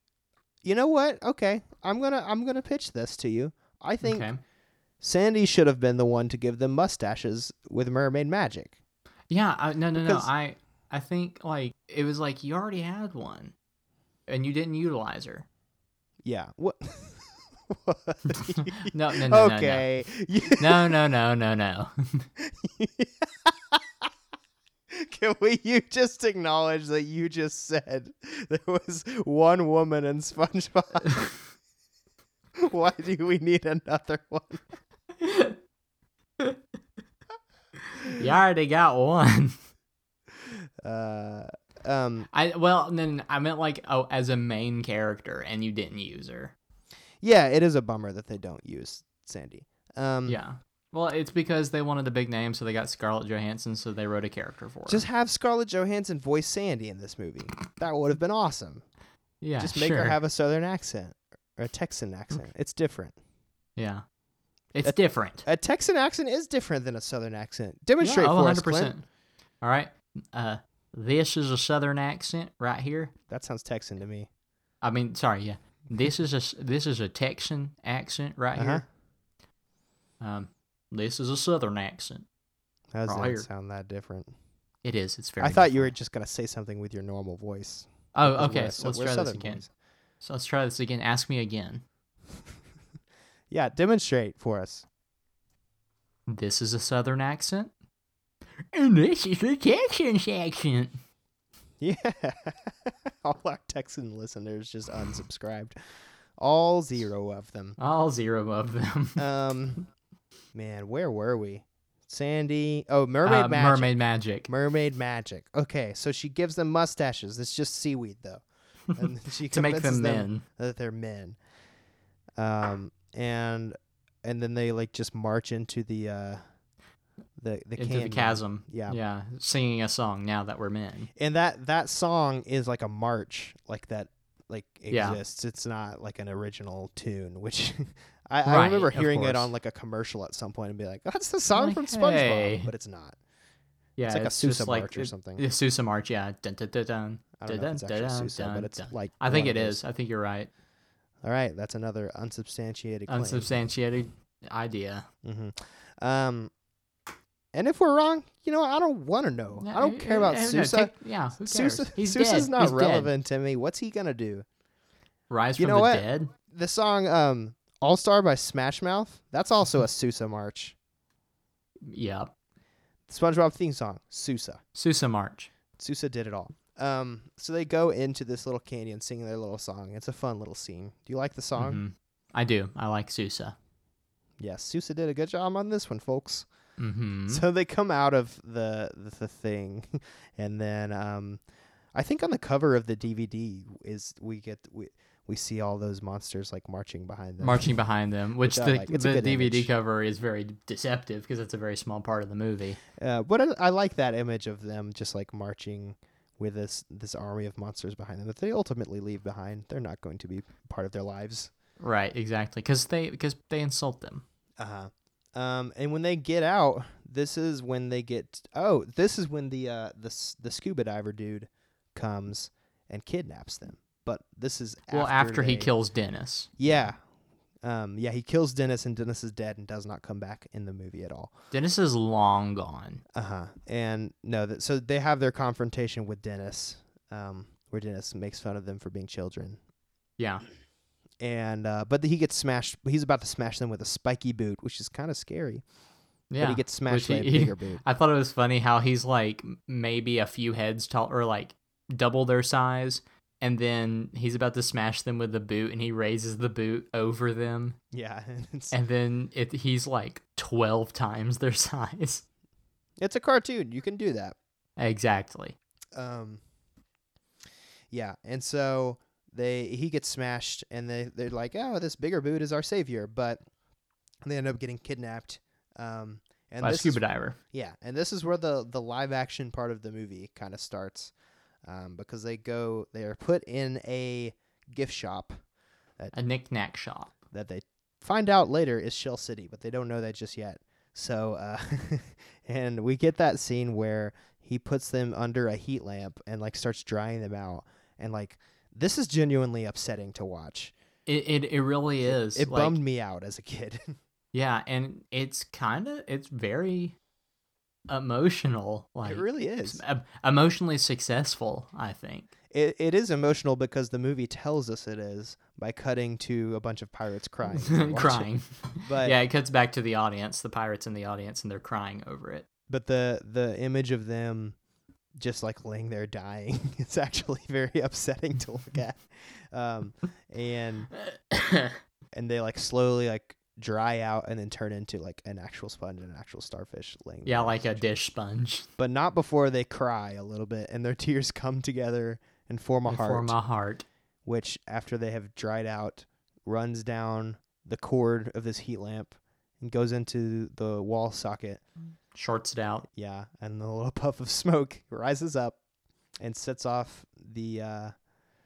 Speaker 2: you know what? Okay, I'm gonna I'm gonna pitch this to you. I think
Speaker 1: okay.
Speaker 2: Sandy should have been the one to give them mustaches with mermaid magic.
Speaker 1: Yeah, I, no, no, no.
Speaker 2: Because-
Speaker 1: I I think like it was like you already had one, and you didn't utilize her.
Speaker 2: Yeah. What? What?
Speaker 1: No, no, no, no, no.
Speaker 2: okay.
Speaker 1: No, no, no, no, no.
Speaker 2: Can we? You just acknowledge that you just said there was one woman in SpongeBob. Why do we need another one?
Speaker 1: you already got one.
Speaker 2: Uh, um,
Speaker 1: I well, no, no, no, I meant like oh, as a main character, and you didn't use her.
Speaker 2: yeah, it is a bummer that they don't use Sandy. Um,
Speaker 1: Yeah. Well, it's because they wanted a big name, so they got Scarlett Johansson, so they wrote a character for her.
Speaker 2: Just have Scarlett Johansson voice Sandy in this movie. That would have been awesome.
Speaker 1: yeah,
Speaker 2: Just make
Speaker 1: sure.
Speaker 2: her have a southern accent or a Texan accent. It's different.
Speaker 1: yeah. It's
Speaker 2: That-
Speaker 1: different.
Speaker 2: A Texan accent is different than a southern accent. Demonstrate
Speaker 1: oh,
Speaker 2: for us, Clint.
Speaker 1: All right. Uh, this is a southern accent right here.
Speaker 2: That sounds Texan to me.
Speaker 1: I mean, sorry, yeah. This is a s- this is a Texan accent right
Speaker 2: Uh-huh.
Speaker 1: here. Um, this is a southern accent.
Speaker 2: That doesn't
Speaker 1: Right.
Speaker 2: sound that different.
Speaker 1: It is. It's very.
Speaker 2: I thought you were just gonna say something with your normal voice.
Speaker 1: Oh,
Speaker 2: because we're
Speaker 1: okay.
Speaker 2: a
Speaker 1: So
Speaker 2: sou-
Speaker 1: let's
Speaker 2: we're a
Speaker 1: try this
Speaker 2: southern
Speaker 1: again.
Speaker 2: voice.
Speaker 1: So let's try this again. Ask me again.
Speaker 2: Yeah, demonstrate for us.
Speaker 1: This is a southern accent. And this is a Texan accent.
Speaker 2: Yeah. All our Texan listeners just unsubscribed. All zero of them.
Speaker 1: All zero of them.
Speaker 2: Um, man, where were we? Sandy. Oh, mermaid
Speaker 1: Uh,
Speaker 2: magic.
Speaker 1: Mermaid magic.
Speaker 2: Mermaid magic. Okay, so she gives them mustaches. It's just seaweed, though. And then she
Speaker 1: to make
Speaker 2: convinces
Speaker 1: them men.
Speaker 2: that they're men. Um, and and then they like just march into the uh, the
Speaker 1: into the
Speaker 2: the, canyon.
Speaker 1: chasm.
Speaker 2: Yeah.
Speaker 1: Yeah. Singing a song now that we're men.
Speaker 2: And that that song is like a march, like that like
Speaker 1: Yeah.
Speaker 2: exists. It's not like an original tune, which. I, I
Speaker 1: Right,
Speaker 2: remember
Speaker 1: of
Speaker 2: hearing it
Speaker 1: course.
Speaker 2: on like a commercial at some point and be like, "Oh, "That's the song
Speaker 1: Like,
Speaker 2: from SpongeBob,"
Speaker 1: hey.
Speaker 2: but it's not.
Speaker 1: Yeah.
Speaker 2: it's like a
Speaker 1: just
Speaker 2: Sousa march or
Speaker 1: it-
Speaker 2: something.
Speaker 1: Yeah, Sousa march. Yeah. Dun, dun, dun, dun.
Speaker 2: I don't know if it's actually
Speaker 1: Dun-dun,
Speaker 2: Suso, but it's
Speaker 1: dun-dun.
Speaker 2: like
Speaker 1: I think
Speaker 2: one
Speaker 1: it
Speaker 2: of those.
Speaker 1: is. I think you're right.
Speaker 2: All right, that's another unsubstantiated claim.
Speaker 1: Unsubstantiated idea.
Speaker 2: mm-hmm. Um, and if we're wrong, you know, I don't want to know. I don't care about
Speaker 1: eh, No, no,
Speaker 2: Sousa.
Speaker 1: take- yeah, who cares?
Speaker 2: Sousa,
Speaker 1: He's
Speaker 2: Sousa's
Speaker 1: dead.
Speaker 2: not
Speaker 1: He's dead.
Speaker 2: relevant to me. What's he gonna do?
Speaker 1: Rise from
Speaker 2: You know
Speaker 1: the
Speaker 2: what?
Speaker 1: dead.
Speaker 2: The song um, "All Star" by Smash Mouth. That's also a Sousa march.
Speaker 1: Yeah,
Speaker 2: SpongeBob theme song, Sousa.
Speaker 1: Sousa March.
Speaker 2: Sousa did it all. Um, so they go into this little canyon singing their little song. It's a fun little scene. Do you like the song?
Speaker 1: Mhm. I do. I like Sousa.
Speaker 2: Yes, Sousa did a good job on this one, folks.
Speaker 1: hmm
Speaker 2: So they come out of the the, the thing, and then um, I think on the cover of the DVD is we get we we see all those monsters like marching behind them.
Speaker 1: Marching behind them, which,
Speaker 2: I
Speaker 1: the,
Speaker 2: like. It's a
Speaker 1: the
Speaker 2: good
Speaker 1: DVD
Speaker 2: image.
Speaker 1: cover is very deceptive because it's a very small part of the movie.
Speaker 2: Uh, but I, I like that image of them just like marching with this this army of monsters behind them that they ultimately leave behind. They're not going to be part of their lives.
Speaker 1: Right, exactly, because they because they insult them.
Speaker 2: Uh huh. Um, and when they get out, this is when they get. Oh, this is when the uh the s- the scuba diver dude comes and kidnaps them. But this is
Speaker 1: well, after he
Speaker 2: they-
Speaker 1: kills Dennis,
Speaker 2: Yeah. Um, yeah, he kills Dennis, and Dennis is dead and does not come back in the movie at all.
Speaker 1: Dennis is long gone.
Speaker 2: Uh huh. And no, that so they have their confrontation with Dennis, um, where Dennis makes fun of them for being children,
Speaker 1: Yeah,
Speaker 2: and uh, but he gets smashed. He's about to smash them with a spiky boot, which is kind of scary.
Speaker 1: yeah.
Speaker 2: But he gets smashed
Speaker 1: Which
Speaker 2: by
Speaker 1: he-
Speaker 2: a
Speaker 1: he-
Speaker 2: bigger boot.
Speaker 1: I thought it was funny how he's like m- maybe a few heads tall or like double their size, and then he's about to smash them with the boot, and he raises the boot over them,
Speaker 2: Yeah, it's,
Speaker 1: and then it, he's like twelve times their size.
Speaker 2: it's a cartoon. You can do that.
Speaker 1: exactly.
Speaker 2: Um, yeah, and so they he gets smashed, and they they're like, oh, this bigger boot is our savior, but they end up getting kidnapped. Um, and
Speaker 1: by a
Speaker 2: this
Speaker 1: scuba
Speaker 2: is,
Speaker 1: diver.
Speaker 2: yeah, and this is where the the live action part of the movie kind of starts, um, because they go they are put in a gift shop
Speaker 1: A knick-knack shop.
Speaker 2: that they find out later is Shell City, but they don't know that just yet. So, uh, and we get that scene where he puts them under a heat lamp and like starts drying them out, and like this is genuinely upsetting to watch.
Speaker 1: It it, it really is.
Speaker 2: It
Speaker 1: like-
Speaker 2: bummed me out as a kid.
Speaker 1: Yeah, and it's kind of it's very emotional. Like
Speaker 2: it really
Speaker 1: s-
Speaker 2: is.
Speaker 1: em- emotionally successful. I think.
Speaker 2: It, it is emotional because the movie tells us it is by cutting to a bunch of pirates crying. as we watch it.
Speaker 1: crying.
Speaker 2: But
Speaker 1: yeah, it cuts back to the audience, the pirates in the audience, and they're crying over it.
Speaker 2: but the the image of them just like laying there dying is actually very upsetting to look at um and and they like slowly like dry out and then turn into like an actual sponge and an actual starfish laying
Speaker 1: yeah,
Speaker 2: there.
Speaker 1: like a dish sponge.
Speaker 2: but not before they cry a little bit and their tears come together and form a
Speaker 1: For
Speaker 2: heart
Speaker 1: my heart.
Speaker 2: which after they have dried out runs down the cord of this heat lamp and goes into the wall socket
Speaker 1: Shorts it out.
Speaker 2: yeah, and the little puff of smoke rises up and sets off the uh,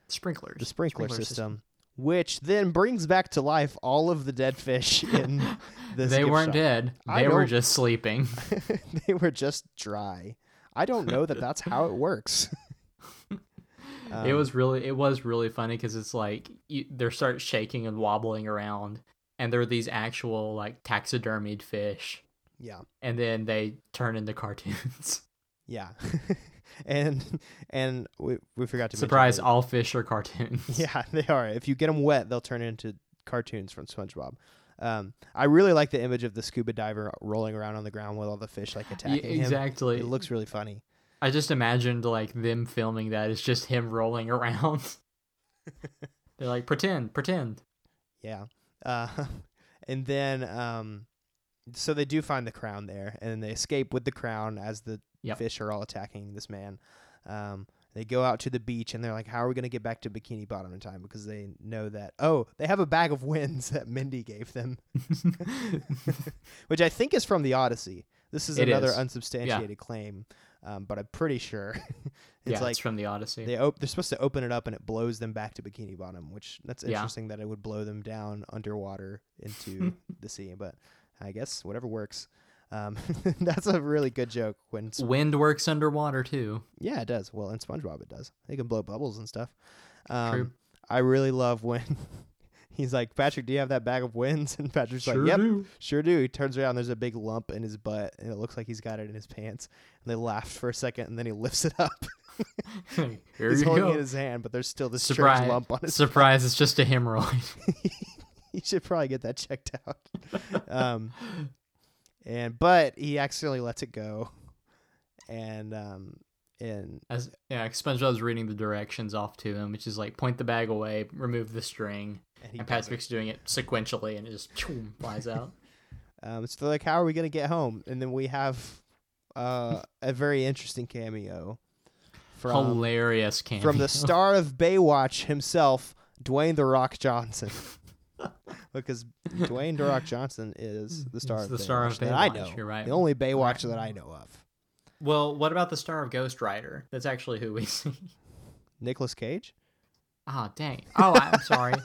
Speaker 1: Sprinklers.
Speaker 2: the sprinkler
Speaker 1: Sprinkler
Speaker 2: system,
Speaker 1: system.
Speaker 2: which then brings back to life all of the dead fish in this.
Speaker 1: they
Speaker 2: gift
Speaker 1: weren't
Speaker 2: shop.
Speaker 1: dead.
Speaker 2: I
Speaker 1: They were
Speaker 2: don't-
Speaker 1: just sleeping.
Speaker 2: they were just dry. I don't know that that's how it works.
Speaker 1: it
Speaker 2: Um,
Speaker 1: was really it was really funny because it's like you, they start shaking and wobbling around, and they're these actual like taxidermied fish,
Speaker 2: Um, yeah,
Speaker 1: and then they turn into cartoons.
Speaker 2: yeah, and and we we forgot to mention
Speaker 1: Surprise!
Speaker 2: that-
Speaker 1: All fish are cartoons.
Speaker 2: Yeah, they are. If you get them wet, they'll turn into cartoons from SpongeBob. Um, I really like the image of the scuba diver rolling around on the ground with all the fish like
Speaker 1: Yeah,
Speaker 2: attacking him.
Speaker 1: exactly.
Speaker 2: It looks really funny.
Speaker 1: I just imagined like them filming that. It's just him rolling around. They're like, pretend, pretend.
Speaker 2: Yeah. Uh, and then, um, so they do find the crown there, and they escape with the crown as the
Speaker 1: Yep.
Speaker 2: fish are all attacking this man. Um, they go out to the beach, and they're like, "How are we gonna get back to Bikini Bottom in time?" Because they know that oh, they have a bag of winds that Mindy gave them. which I think is from the Odyssey. This is
Speaker 1: It
Speaker 2: another
Speaker 1: is. Yeah.
Speaker 2: unsubstantiated claim, um, but I'm pretty sure it's
Speaker 1: yeah,
Speaker 2: like
Speaker 1: it's from the Odyssey.
Speaker 2: they op- they're supposed to open it up and it blows them back to Bikini Bottom, which that's
Speaker 1: Yeah.
Speaker 2: interesting that it would blow them down underwater into the sea. But I guess whatever works. Um, that's a really good joke when Sp-
Speaker 1: Wind works underwater too.
Speaker 2: yeah, it does. Well, in SpongeBob it does. They can blow bubbles and stuff. Um,
Speaker 1: True.
Speaker 2: I really love when he's like, Patrick, do you have that bag of wins? And Patrick's
Speaker 1: Sure
Speaker 2: like, Yep,
Speaker 1: do.
Speaker 2: sure do. He turns around, there's a big lump in his butt, and it looks like he's got it in his pants. And they laugh for a second, and then he lifts it up.
Speaker 1: Here
Speaker 2: he's
Speaker 1: you
Speaker 2: holding
Speaker 1: go.
Speaker 2: it in his hand, but there's still this
Speaker 1: Surprise!
Speaker 2: strange lump on his
Speaker 1: Surprise! It's just a hemorrhoid.
Speaker 2: you should probably get that checked out. um, and but he accidentally lets it go, and um, and
Speaker 1: As yeah, SpongeBob's reading the directions off to him, which is like point the bag away, remove the string,
Speaker 2: and he
Speaker 1: and
Speaker 2: does it.
Speaker 1: Patrick's doing it sequentially, and it just choom, flies out.
Speaker 2: Um, so they're like, how are we gonna get home? And then we have uh, a very interesting cameo from
Speaker 1: Hilarious cameo.
Speaker 2: from the star of Baywatch himself, Dwayne the Rock Johnson. because Dwayne the Rock Johnson is the star
Speaker 1: Mm, He's
Speaker 2: of
Speaker 1: the
Speaker 2: Baywatch
Speaker 1: star of
Speaker 2: that I
Speaker 1: Baywatch,
Speaker 2: know.
Speaker 1: you're right.
Speaker 2: The only Baywatch that I know of.
Speaker 1: Well, what about the star of Ghost Rider? That's actually who we see.
Speaker 2: Nicholas Cage.
Speaker 1: Ah, dang. Oh, I'm sorry.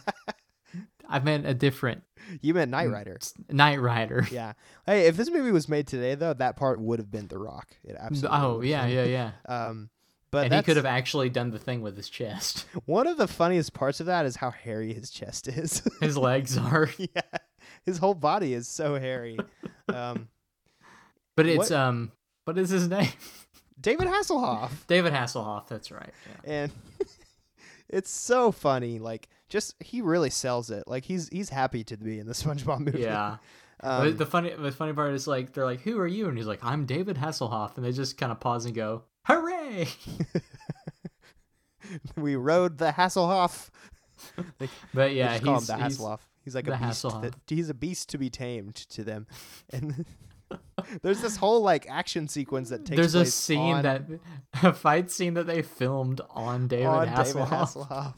Speaker 1: I meant a different
Speaker 2: You meant
Speaker 1: Mm.
Speaker 2: Knight Rider.
Speaker 1: Knight Rider.
Speaker 2: Yeah. Hey, if this movie was made today, though, that part would have been The Rock. It absolutely.
Speaker 1: Oh,
Speaker 2: would
Speaker 1: yeah,
Speaker 2: have
Speaker 1: yeah, yeah.
Speaker 2: been. Um,
Speaker 1: and
Speaker 2: but
Speaker 1: he
Speaker 2: that's,
Speaker 1: could have actually done the thing with his chest.
Speaker 2: One of the funniest parts of that is how hairy his chest is.
Speaker 1: His legs are,
Speaker 2: yeah, his whole body is so hairy. Um,
Speaker 1: but it's
Speaker 2: What-
Speaker 1: um, what is his name?
Speaker 2: David Hasselhoff,
Speaker 1: David Hasselhoff. That's right. Yeah.
Speaker 2: and it's so funny. Like, just he really sells it. Like, he's he's happy to be in the SpongeBob movie.
Speaker 1: Yeah.
Speaker 2: Um,
Speaker 1: the, the funny, the funny part is like they're like, "Who are you?" And he's like, "I'm David Hasselhoff," and they just kind of pause and go, "Hooray!"
Speaker 2: we rode the Hasselhoff.
Speaker 1: But
Speaker 2: They
Speaker 1: yeah,
Speaker 2: just call
Speaker 1: he's,
Speaker 2: him the
Speaker 1: he's-
Speaker 2: Hasselhoff. He's like a
Speaker 1: the
Speaker 2: beast.
Speaker 1: Hasselhoff.
Speaker 2: That, he's a beast to be tamed to them. And there's this whole like action sequence that takes
Speaker 1: there's a
Speaker 2: place
Speaker 1: scene
Speaker 2: on,
Speaker 1: that a fight scene that they filmed on David
Speaker 2: on
Speaker 1: Hasselhoff,
Speaker 2: David Hasselhoff,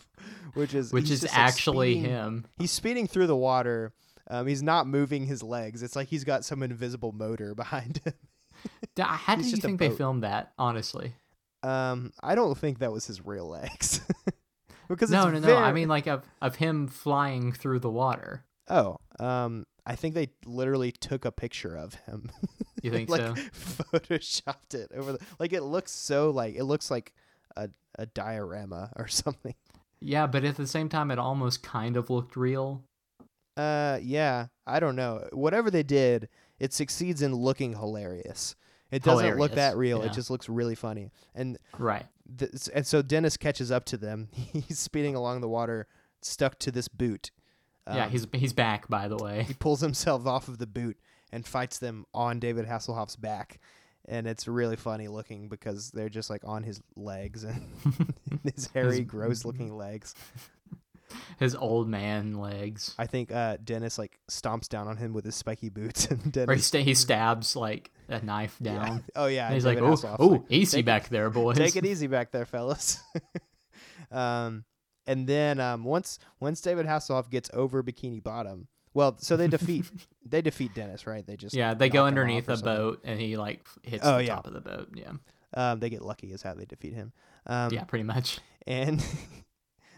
Speaker 2: which is
Speaker 1: which
Speaker 2: he's
Speaker 1: is
Speaker 2: just, like,
Speaker 1: actually
Speaker 2: speeding-
Speaker 1: him.
Speaker 2: He's speeding through the water. Um, he's not moving his legs. It's like he's got some invisible motor behind him.
Speaker 1: Da- How do
Speaker 2: He's
Speaker 1: you
Speaker 2: just a
Speaker 1: think they
Speaker 2: boat.
Speaker 1: filmed that? Honestly,
Speaker 2: Um, I don't think that was his real legs. because
Speaker 1: no,
Speaker 2: it's
Speaker 1: no, no.
Speaker 2: very-
Speaker 1: I mean, like of of him flying through the water.
Speaker 2: oh, um, I think they literally took a picture of him.
Speaker 1: You think
Speaker 2: like
Speaker 1: so?
Speaker 2: photoshopped it over the like it looks so like it looks like a, a diorama or something
Speaker 1: Yeah, but at the same time, it almost kind of looked real.
Speaker 2: uh yeah i don't know whatever they did it succeeds in looking hilarious it doesn't look
Speaker 1: Hilarious,
Speaker 2: that real
Speaker 1: yeah.
Speaker 2: it just looks really funny and
Speaker 1: Right.
Speaker 2: th- and so dennis catches up to them he's speeding along the water stuck to this boot
Speaker 1: yeah,
Speaker 2: Um,
Speaker 1: he's he's back by the way.
Speaker 2: he pulls himself off of the boot and fights them on David Hasselhoff's back. And it's really funny looking because they're just like on his legs and his hairy,
Speaker 1: mm-hmm.
Speaker 2: gross looking legs.
Speaker 1: His old man legs.
Speaker 2: I think uh, Dennis like stomps down on him with his spiky boots and
Speaker 1: Or he,
Speaker 2: Dennis.
Speaker 1: sta he stabs like a knife down.
Speaker 2: Oh yeah,
Speaker 1: And he's
Speaker 2: David
Speaker 1: like,
Speaker 2: Hasselhoff's
Speaker 1: "Oh,
Speaker 2: like,
Speaker 1: oh, easy
Speaker 2: "Take it-
Speaker 1: back there, boys."
Speaker 2: Take it easy back there, fellas. um, and then um, once once David Hasselhoff gets over Bikini Bottom, well, so they defeat they defeat Dennis, right? They just
Speaker 1: Yeah, they go
Speaker 2: knock him
Speaker 1: underneath
Speaker 2: off or
Speaker 1: a
Speaker 2: something.
Speaker 1: boat and he like f- hits
Speaker 2: Oh,
Speaker 1: the
Speaker 2: yeah.
Speaker 1: top of the boat. Yeah.
Speaker 2: Um, they get lucky is how they defeat him. Um,
Speaker 1: yeah, pretty much.
Speaker 2: and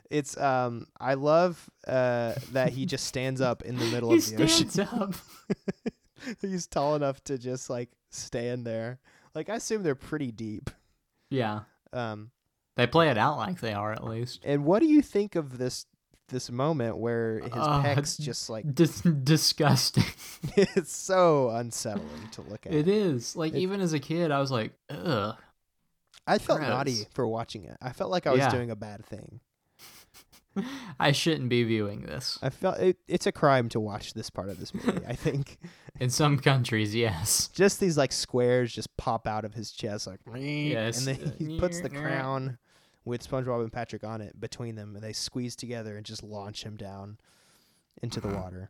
Speaker 2: it's um I love uh that he just stands up in the middle
Speaker 1: He
Speaker 2: of the ocean.
Speaker 1: stands up.
Speaker 2: He's tall enough to just like stand there. Like I assume they're pretty deep.
Speaker 1: Yeah.
Speaker 2: Um
Speaker 1: They play it out like they are at least.
Speaker 2: and what do you think of this this moment where his
Speaker 1: Uh,
Speaker 2: pecs just like
Speaker 1: Dis- disgusting.
Speaker 2: it's so unsettling to look at.
Speaker 1: It is. Like
Speaker 2: It-
Speaker 1: even as a kid, I was like, ugh.
Speaker 2: I felt
Speaker 1: gross.
Speaker 2: naughty for watching it. I felt like I was
Speaker 1: Yeah.
Speaker 2: doing a bad thing.
Speaker 1: I shouldn't be viewing this.
Speaker 2: I felt it, it's a crime to watch this part of this movie, I think.
Speaker 1: In some countries, yes.
Speaker 2: just these like squares just pop out of his chest like
Speaker 1: Yes.
Speaker 2: and then he puts the crown with SpongeBob and Patrick on it between them and they squeeze together and just launch him down into the water.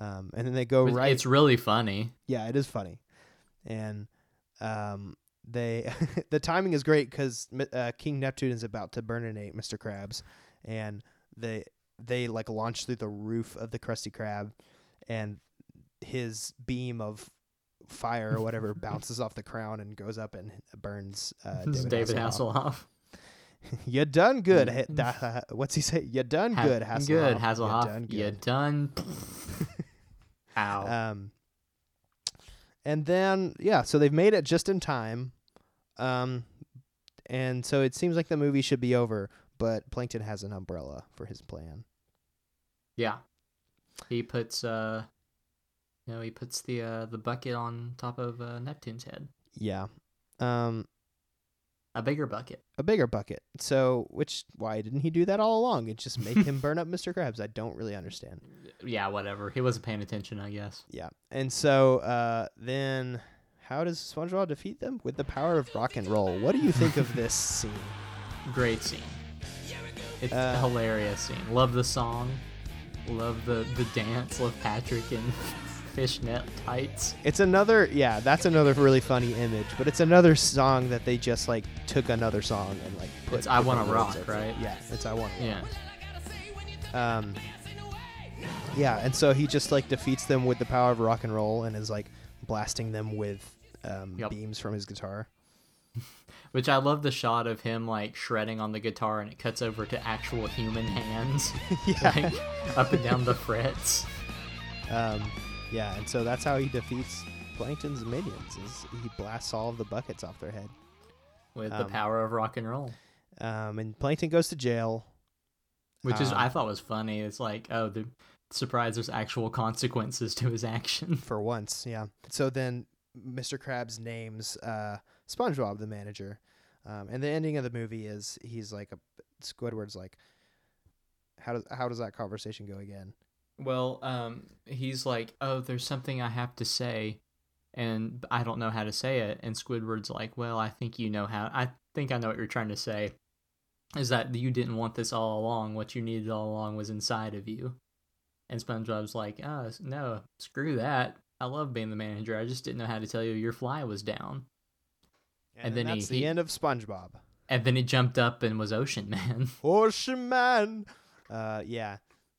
Speaker 2: Um, and then they go
Speaker 1: Uh-huh. It's-
Speaker 2: right
Speaker 1: It's really funny.
Speaker 2: yeah, it is funny. And um, they the timing is great cuz uh, King Neptune is about to burninate Mr. Krabs and they they like launch through the roof of the Krusty Krab and his beam of fire or whatever bounces off the crown and goes up and burns uh,
Speaker 1: This is
Speaker 2: David,
Speaker 1: David
Speaker 2: Hasselhoff.
Speaker 1: Hasselhoff.
Speaker 2: You done good. he- da- What's he say? You done
Speaker 1: Ha-
Speaker 2: good, Hasselhoff.
Speaker 1: Good,
Speaker 2: You done Uh,
Speaker 1: Hasselhoff.
Speaker 2: good.
Speaker 1: You done. Ow.
Speaker 2: Um, And then yeah, so they've made it just in time. Um and so it seems like the movie should be over, but Plankton has an umbrella for his plan.
Speaker 1: Yeah. He puts uh no, he puts the uh the bucket on top of uh, Neptune's head.
Speaker 2: Yeah. Um
Speaker 1: A bigger bucket.
Speaker 2: a bigger bucket. So which why didn't he do that all along? It just make him burn up Mr. Krabs. I don't really understand.
Speaker 1: Yeah, whatever. He wasn't paying attention, I guess.
Speaker 2: Yeah. And so uh, then how does SpongeBob defeat them? With the power of rock and roll. What do you think of this scene?
Speaker 1: Great scene. It's
Speaker 2: Uh,
Speaker 1: a hilarious scene. Love the song. Love the the dance. Love Patrick in fishnet tights.
Speaker 2: It's another yeah, that's another really funny image, but it's another song that they just like took another song and like put
Speaker 1: It's I
Speaker 2: different
Speaker 1: Wanna Rock,
Speaker 2: words over it.
Speaker 1: right?
Speaker 2: Yeah, it's I Wanna
Speaker 1: Yeah.
Speaker 2: Rock. Um Yeah, and so he just like defeats them with the power of rock and roll and is like blasting them with um,
Speaker 1: Yep.
Speaker 2: beams from his guitar.
Speaker 1: Which I love the shot of him like shredding on the guitar and it cuts over to actual human hands.
Speaker 2: Yeah.
Speaker 1: Like up and down the frets.
Speaker 2: Um, yeah, and so that's how he defeats Plankton's minions. Is he blasts all of the buckets off their head.
Speaker 1: With the
Speaker 2: Um,
Speaker 1: power of rock and roll.
Speaker 2: Um, and Plankton goes to jail.
Speaker 1: Which is
Speaker 2: uh,
Speaker 1: I thought was funny. It's like, oh the surprise there's actual consequences to his action.
Speaker 2: for once. Yeah. So then Mr. Krabs names uh, SpongeBob the manager, um, and the ending of the movie is he's like a Squidward's like, how does how does that conversation go again?
Speaker 1: Well, um, he's like, "Oh, there's something I have to say, and b- I don't know how to say it." And Squidward's like, "Well, I think you know how. I think I know what you're trying to say. Is that you didn't want this all along? What you needed all along was inside of you." And SpongeBob's like, "Oh s- no, screw that. I love being the manager. I just didn't know how to tell you your fly was down." And then he-
Speaker 2: that's the
Speaker 1: he-
Speaker 2: end of SpongeBob.
Speaker 1: And then he jumped up and was Ocean Man.
Speaker 2: Ocean Man. Uh, yeah.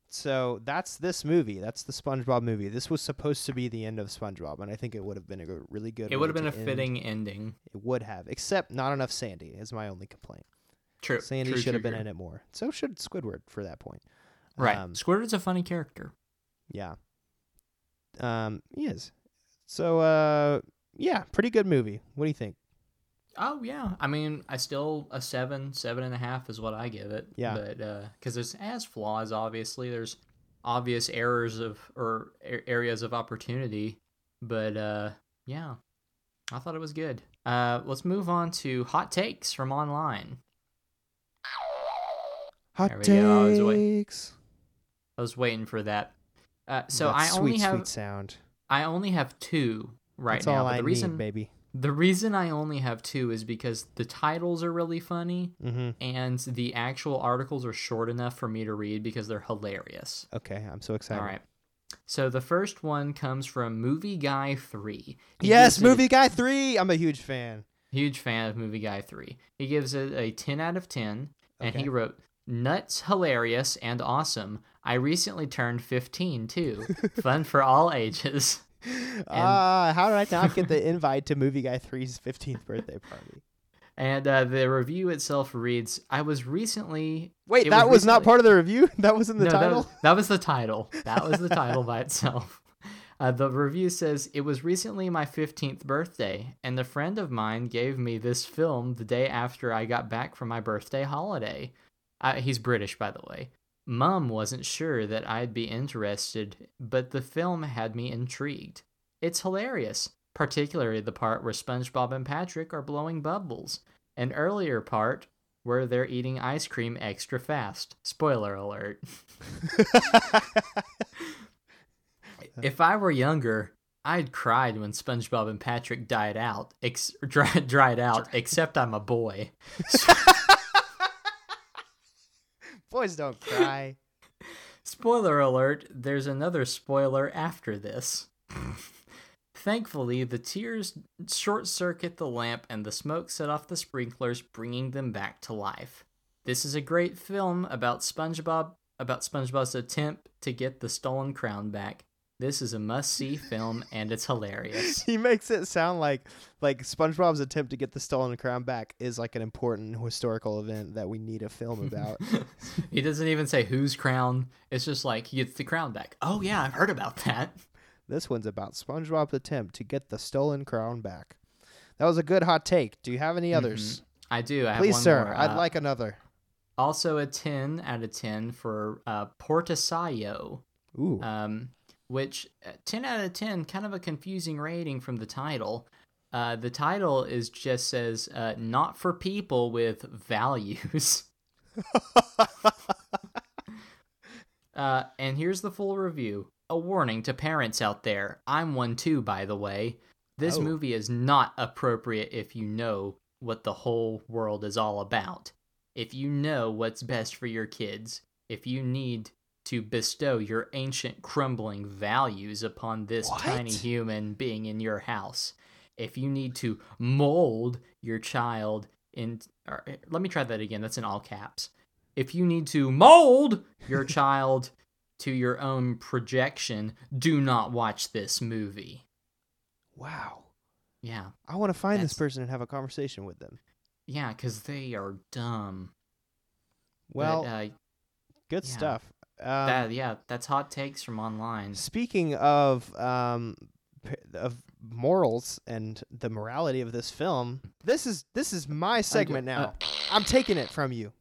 Speaker 2: So that's this movie. That's the SpongeBob movie. This was supposed to be the end of SpongeBob, and I think it would have been a go- really good.
Speaker 1: it would have
Speaker 2: way
Speaker 1: been a
Speaker 2: to end.
Speaker 1: fitting ending.
Speaker 2: It would have, except not enough Sandy is my only complaint.
Speaker 1: True.
Speaker 2: Sandy should have been in it more. So should Squidward for that point.
Speaker 1: Right.
Speaker 2: Um,
Speaker 1: Squidward's a funny character.
Speaker 2: yeah. Um, he is. So uh, yeah, pretty good movie. What do you think?
Speaker 1: Oh yeah, I mean, I still a seven, seven and a half is what I give it.
Speaker 2: Yeah.
Speaker 1: but because it's it has flaws, obviously. There's obvious errors of or a- areas of opportunity, but uh, yeah, I thought it was good. Uh, let's move on to hot takes from online.
Speaker 2: Hot
Speaker 1: There we
Speaker 2: takes.
Speaker 1: go, I was wait- I was waiting for that. Uh, so
Speaker 2: That
Speaker 1: I
Speaker 2: sweet,
Speaker 1: only
Speaker 2: sweet
Speaker 1: have
Speaker 2: sound.
Speaker 1: I only have two right
Speaker 2: That's
Speaker 1: now.
Speaker 2: all
Speaker 1: but
Speaker 2: I
Speaker 1: the reason
Speaker 2: need, baby.
Speaker 1: the reason I only have two is because the titles are really funny.
Speaker 2: Mm-hmm.
Speaker 1: and the actual articles are short enough for me to read because they're hilarious.
Speaker 2: Okay, I'm so excited.
Speaker 1: All right. So the first one comes from Movie Guy 3. He
Speaker 2: Yes,
Speaker 1: gives it a-
Speaker 2: Movie Guy Three. I'm a huge fan.
Speaker 1: Huge fan of Movie Guy 3. He gives it a 10 out of 10, and
Speaker 2: Okay.
Speaker 1: he wrote, Nuts, hilarious, and awesome. I recently turned 15, too. Fun for all ages.
Speaker 2: Ah, how did I not get the invite to Movie Guy 3's 15th birthday party?
Speaker 1: And uh, the review itself reads, I was recently.
Speaker 2: Wait,
Speaker 1: it
Speaker 2: that was, not
Speaker 1: recently-
Speaker 2: part of the review. That was in the
Speaker 1: no,
Speaker 2: title.
Speaker 1: That, that was the title. That was the title by itself. Uh, the review says it was recently my 15th birthday, and a friend of mine gave me this film the day after I got back from my birthday holiday. I, he's British, by the way. Mum wasn't sure that I'd be interested, but the film had me intrigued. It's hilarious, particularly the part where SpongeBob and Patrick are blowing bubbles, an earlier part where they're eating ice cream extra fast. Spoiler alert. If I were younger, I'd cried when SpongeBob and Patrick died out, ex- dry, dried out, except I'm a boy.
Speaker 2: Boys don't cry.
Speaker 1: Spoiler alert, there's another spoiler after this. Thankfully, the tears short circuit the lamp and the smoke set off the sprinklers, bringing them back to life. This is a great film about SpongeBob about SpongeBob's attempt to get the stolen crown back. This is a must-see film and it's hilarious.
Speaker 2: he makes it sound like like SpongeBob's attempt to get the stolen crown back is like an important historical event that we need a film about.
Speaker 1: he doesn't even say whose crown. It's just like he gets the crown back. Oh yeah, I've heard about that.
Speaker 2: This one's about SpongeBob's attempt to get the stolen crown back. That was a good hot take. Do you have any others?
Speaker 1: I do. Mm-hmm. I have
Speaker 2: Please,
Speaker 1: one
Speaker 2: sir.
Speaker 1: more.
Speaker 2: I'd
Speaker 1: Uh,
Speaker 2: like another.
Speaker 1: also a ten out of ten for uh, Portisayo,
Speaker 2: Ooh.
Speaker 1: um, which uh, ten out of ten, kind of a confusing rating from the title. Uh, the title is just says uh, not for people with values. Uh, and here's the full review. A warning to parents out there. I'm one too, by the way. This
Speaker 2: Oh.
Speaker 1: movie is not appropriate if you know what the whole world is all about. If you know what's best for your kids, if you need to bestow your ancient crumbling values upon this
Speaker 2: What?
Speaker 1: tiny human being in your house, if you need to mold your child in or, eh, let me try that again that's in all caps if you need to mold your child to your own projection do not watch this movie
Speaker 2: wow.
Speaker 1: yeah
Speaker 2: I want to find this
Speaker 1: That's-
Speaker 2: person and have a conversation with them.
Speaker 1: yeah because they are dumb But,
Speaker 2: Well,
Speaker 1: uh,
Speaker 2: good
Speaker 1: yeah.
Speaker 2: stuff. Um,
Speaker 1: that, yeah that's hot takes from online
Speaker 2: Speaking of um, p- of morals and the morality of this film, this is this is my segment now.
Speaker 1: uh,
Speaker 2: I'm taking it from you.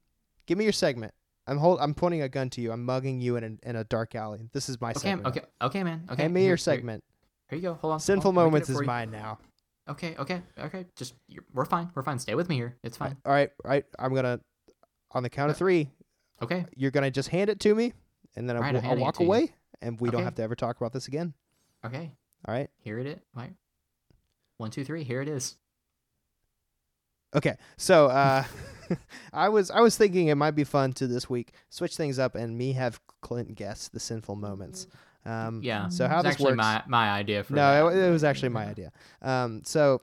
Speaker 2: Give me your segment. I'm hold. I'm pointing a gun to you. I'm mugging you in a, in a dark alley. This is my
Speaker 1: okay
Speaker 2: segment.
Speaker 1: okay okay man okay
Speaker 2: Hand me
Speaker 1: here-
Speaker 2: your
Speaker 1: here-
Speaker 2: segment.
Speaker 1: here, you go hold on
Speaker 2: Sinful
Speaker 1: hold on, let me get
Speaker 2: moments
Speaker 1: it
Speaker 2: is
Speaker 1: for you.
Speaker 2: mine now.
Speaker 1: okay okay okay just you're, we're fine we're fine stay with me here it's fine
Speaker 2: All right, all right. I'm gonna on
Speaker 1: Uh,
Speaker 2: the count of three.
Speaker 1: okay
Speaker 2: You're gonna just hand it to me, and then I
Speaker 1: Right, I'm
Speaker 2: w- I'll,
Speaker 1: handing it
Speaker 2: walk
Speaker 1: to you.
Speaker 2: away, and we don't
Speaker 1: Okay.
Speaker 2: have to ever talk about this again.
Speaker 1: okay
Speaker 2: All right.
Speaker 1: here it is right one two three here it is
Speaker 2: Okay, so uh, I was I was thinking it might be fun to this week switch things up and me have Clint guess the sinful moments. Um,
Speaker 1: yeah
Speaker 2: So how
Speaker 1: it's
Speaker 2: this
Speaker 1: actually
Speaker 2: works?
Speaker 1: my my idea for
Speaker 2: no,
Speaker 1: that,
Speaker 2: it, it
Speaker 1: but,
Speaker 2: was actually my
Speaker 1: yeah.
Speaker 2: idea. Um, so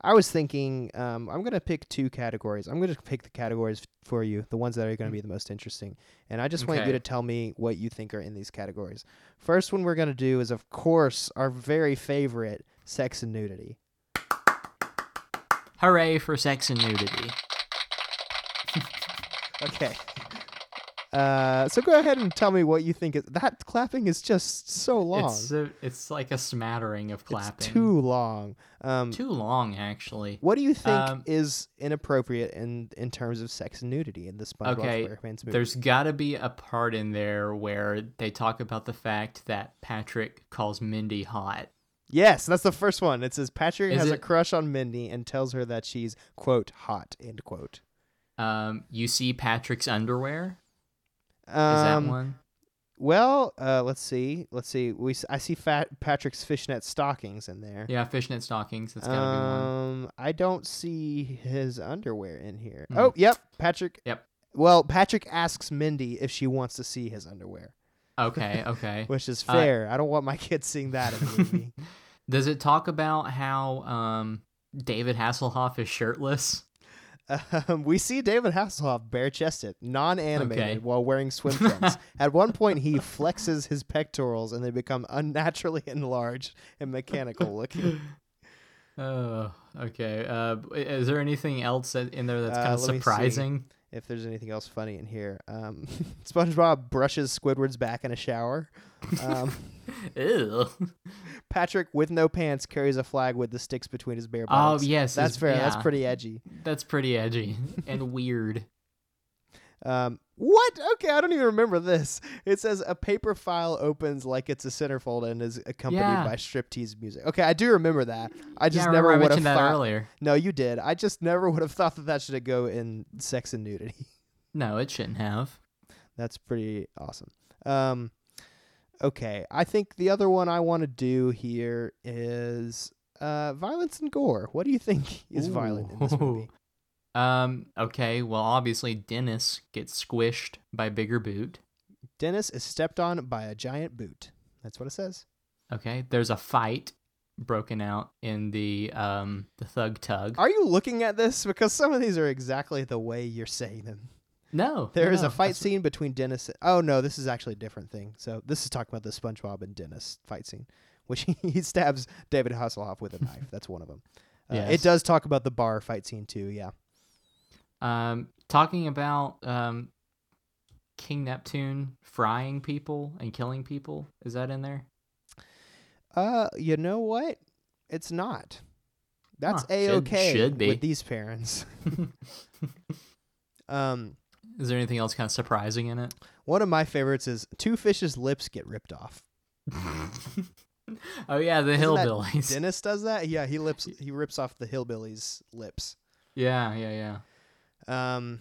Speaker 2: I was thinking um, I'm gonna pick two categories. I'm gonna pick the categories for you, the ones that are gonna be the most interesting, and I just want you
Speaker 1: Okay.
Speaker 2: to tell me what you think are in these categories. First one we're gonna do is of course our very favorite sex and nudity.
Speaker 1: Hooray for sex and nudity.
Speaker 2: Okay. Uh, so go ahead and tell me what you think. Is, that clapping is just so long.
Speaker 1: It's so, it's like a smattering of
Speaker 2: It's
Speaker 1: clapping.
Speaker 2: too long. Um,
Speaker 1: too long actually.
Speaker 2: what do you think
Speaker 1: Um,
Speaker 2: is inappropriate in in terms of sex and nudity in the SpongeBob
Speaker 1: Okay,
Speaker 2: SquarePants movie?
Speaker 1: There's got to be a part in there where they talk about the fact that Patrick calls Mindy hot.
Speaker 2: Yes, that's the first one. It says Patrick
Speaker 1: Is
Speaker 2: has a
Speaker 1: it-
Speaker 2: crush on Mindy and tells her that she's quote hot end quote.
Speaker 1: Um, you see Patrick's underwear? Is
Speaker 2: Um,
Speaker 1: that one?
Speaker 2: Well, uh, let's see. Let's see. We s- I see fat Patrick's fishnet stockings in there.
Speaker 1: Yeah, fishnet stockings. That's got to be one.
Speaker 2: Um, I don't see his underwear in here.
Speaker 1: Hmm.
Speaker 2: Oh, yep, Patrick.
Speaker 1: Yep.
Speaker 2: Well, Patrick asks Mindy if she wants to see his underwear,
Speaker 1: Okay, okay.
Speaker 2: which is
Speaker 1: Uh,
Speaker 2: fair. I don't want my kids seeing that in a movie.
Speaker 1: Does it talk about how um David Hasselhoff is shirtless?
Speaker 2: um, we see David Hasselhoff bare chested, non animated,
Speaker 1: Okay.
Speaker 2: while wearing swim trunks. At one point, he flexes his pectorals and they become unnaturally enlarged and mechanical looking.
Speaker 1: Oh, okay. Uh, is there anything else that- in there that's
Speaker 2: Uh,
Speaker 1: kind of
Speaker 2: let me see.
Speaker 1: surprising?
Speaker 2: If there's anything else funny in here, um, SpongeBob brushes Squidward's back in a shower. Um,
Speaker 1: Ew.
Speaker 2: Patrick with no pants carries a flag with the sticks between his bare
Speaker 1: Oh
Speaker 2: buttocks.
Speaker 1: yes,
Speaker 2: that's
Speaker 1: it's-
Speaker 2: fair. That's
Speaker 1: yeah.
Speaker 2: pretty edgy.
Speaker 1: That's pretty edgy and weird.
Speaker 2: Um, what? Okay, I don't even remember this. It says a paper file opens like it's a centerfold and is accompanied
Speaker 1: Yeah.
Speaker 2: by striptease music. Okay, I do remember that. I just
Speaker 1: yeah, I remember
Speaker 2: never
Speaker 1: I
Speaker 2: would have
Speaker 1: mentioned that
Speaker 2: thought.
Speaker 1: earlier.
Speaker 2: No, you did. I just never would have thought that that should go in sex and nudity.
Speaker 1: No, it shouldn't have.
Speaker 2: That's pretty awesome. Um, okay, I think the other one I want to do here is uh, violence and gore. What do you think is violent in this movie?
Speaker 1: Ooh. Um. Okay. Well, obviously Dennis gets squished by Bigger Boot.
Speaker 2: Dennis is stepped on by a giant boot. That's what it says.
Speaker 1: Okay. There's a fight broken out in the um the thug tug.
Speaker 2: Are you looking at this? Because some of these are exactly the way you're saying them.
Speaker 1: no,
Speaker 2: There is
Speaker 1: no,
Speaker 2: a fight
Speaker 1: that's-
Speaker 2: scene between Dennis. Oh no, this is actually a different thing. So this is talking about the SpongeBob and Dennis fight scene, which he stabs David Hasselhoff with a knife. That's one of them. Uh, It
Speaker 1: Yes.
Speaker 2: does talk about the bar fight scene too. Yeah.
Speaker 1: Um, talking about um, King Neptune frying people and killing people. Is that in there?
Speaker 2: Uh, you know what? It's not. That's
Speaker 1: Huh.
Speaker 2: a
Speaker 1: Should-
Speaker 2: okay
Speaker 1: should be.
Speaker 2: with these parents. um,
Speaker 1: Is there anything else kind of surprising in it?
Speaker 2: one of my favorites is two fishes' lips get ripped off.
Speaker 1: Oh yeah, the
Speaker 2: Isn't that
Speaker 1: hillbillies.
Speaker 2: Dennis does that. Yeah, he lips he rips off the hillbilly's lips.
Speaker 1: yeah, yeah, yeah.
Speaker 2: Um,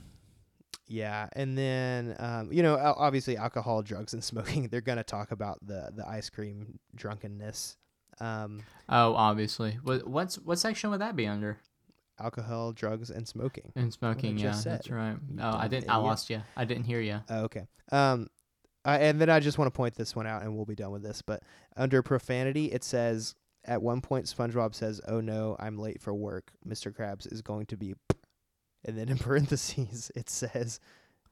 Speaker 2: yeah, and then um, you know, o- obviously, alcohol, drugs, and smoking—they're gonna talk about the the ice cream drunkenness. Um,
Speaker 1: Oh, obviously. What what's what section would that be under?
Speaker 2: alcohol, drugs, and smoking.
Speaker 1: And smoking,
Speaker 2: just
Speaker 1: yeah,
Speaker 2: said,
Speaker 1: that's right.
Speaker 2: you
Speaker 1: Oh, I
Speaker 2: dumb
Speaker 1: didn't. I
Speaker 2: idiot.
Speaker 1: lost you. I didn't hear you.
Speaker 2: Oh, okay. Um, I, and then I just want to point this one out, and we'll be done with this. But under profanity, it says at one point SpongeBob says, "Oh no, I'm late for work. Mr. Krabs is going to be," and then in parentheses it says,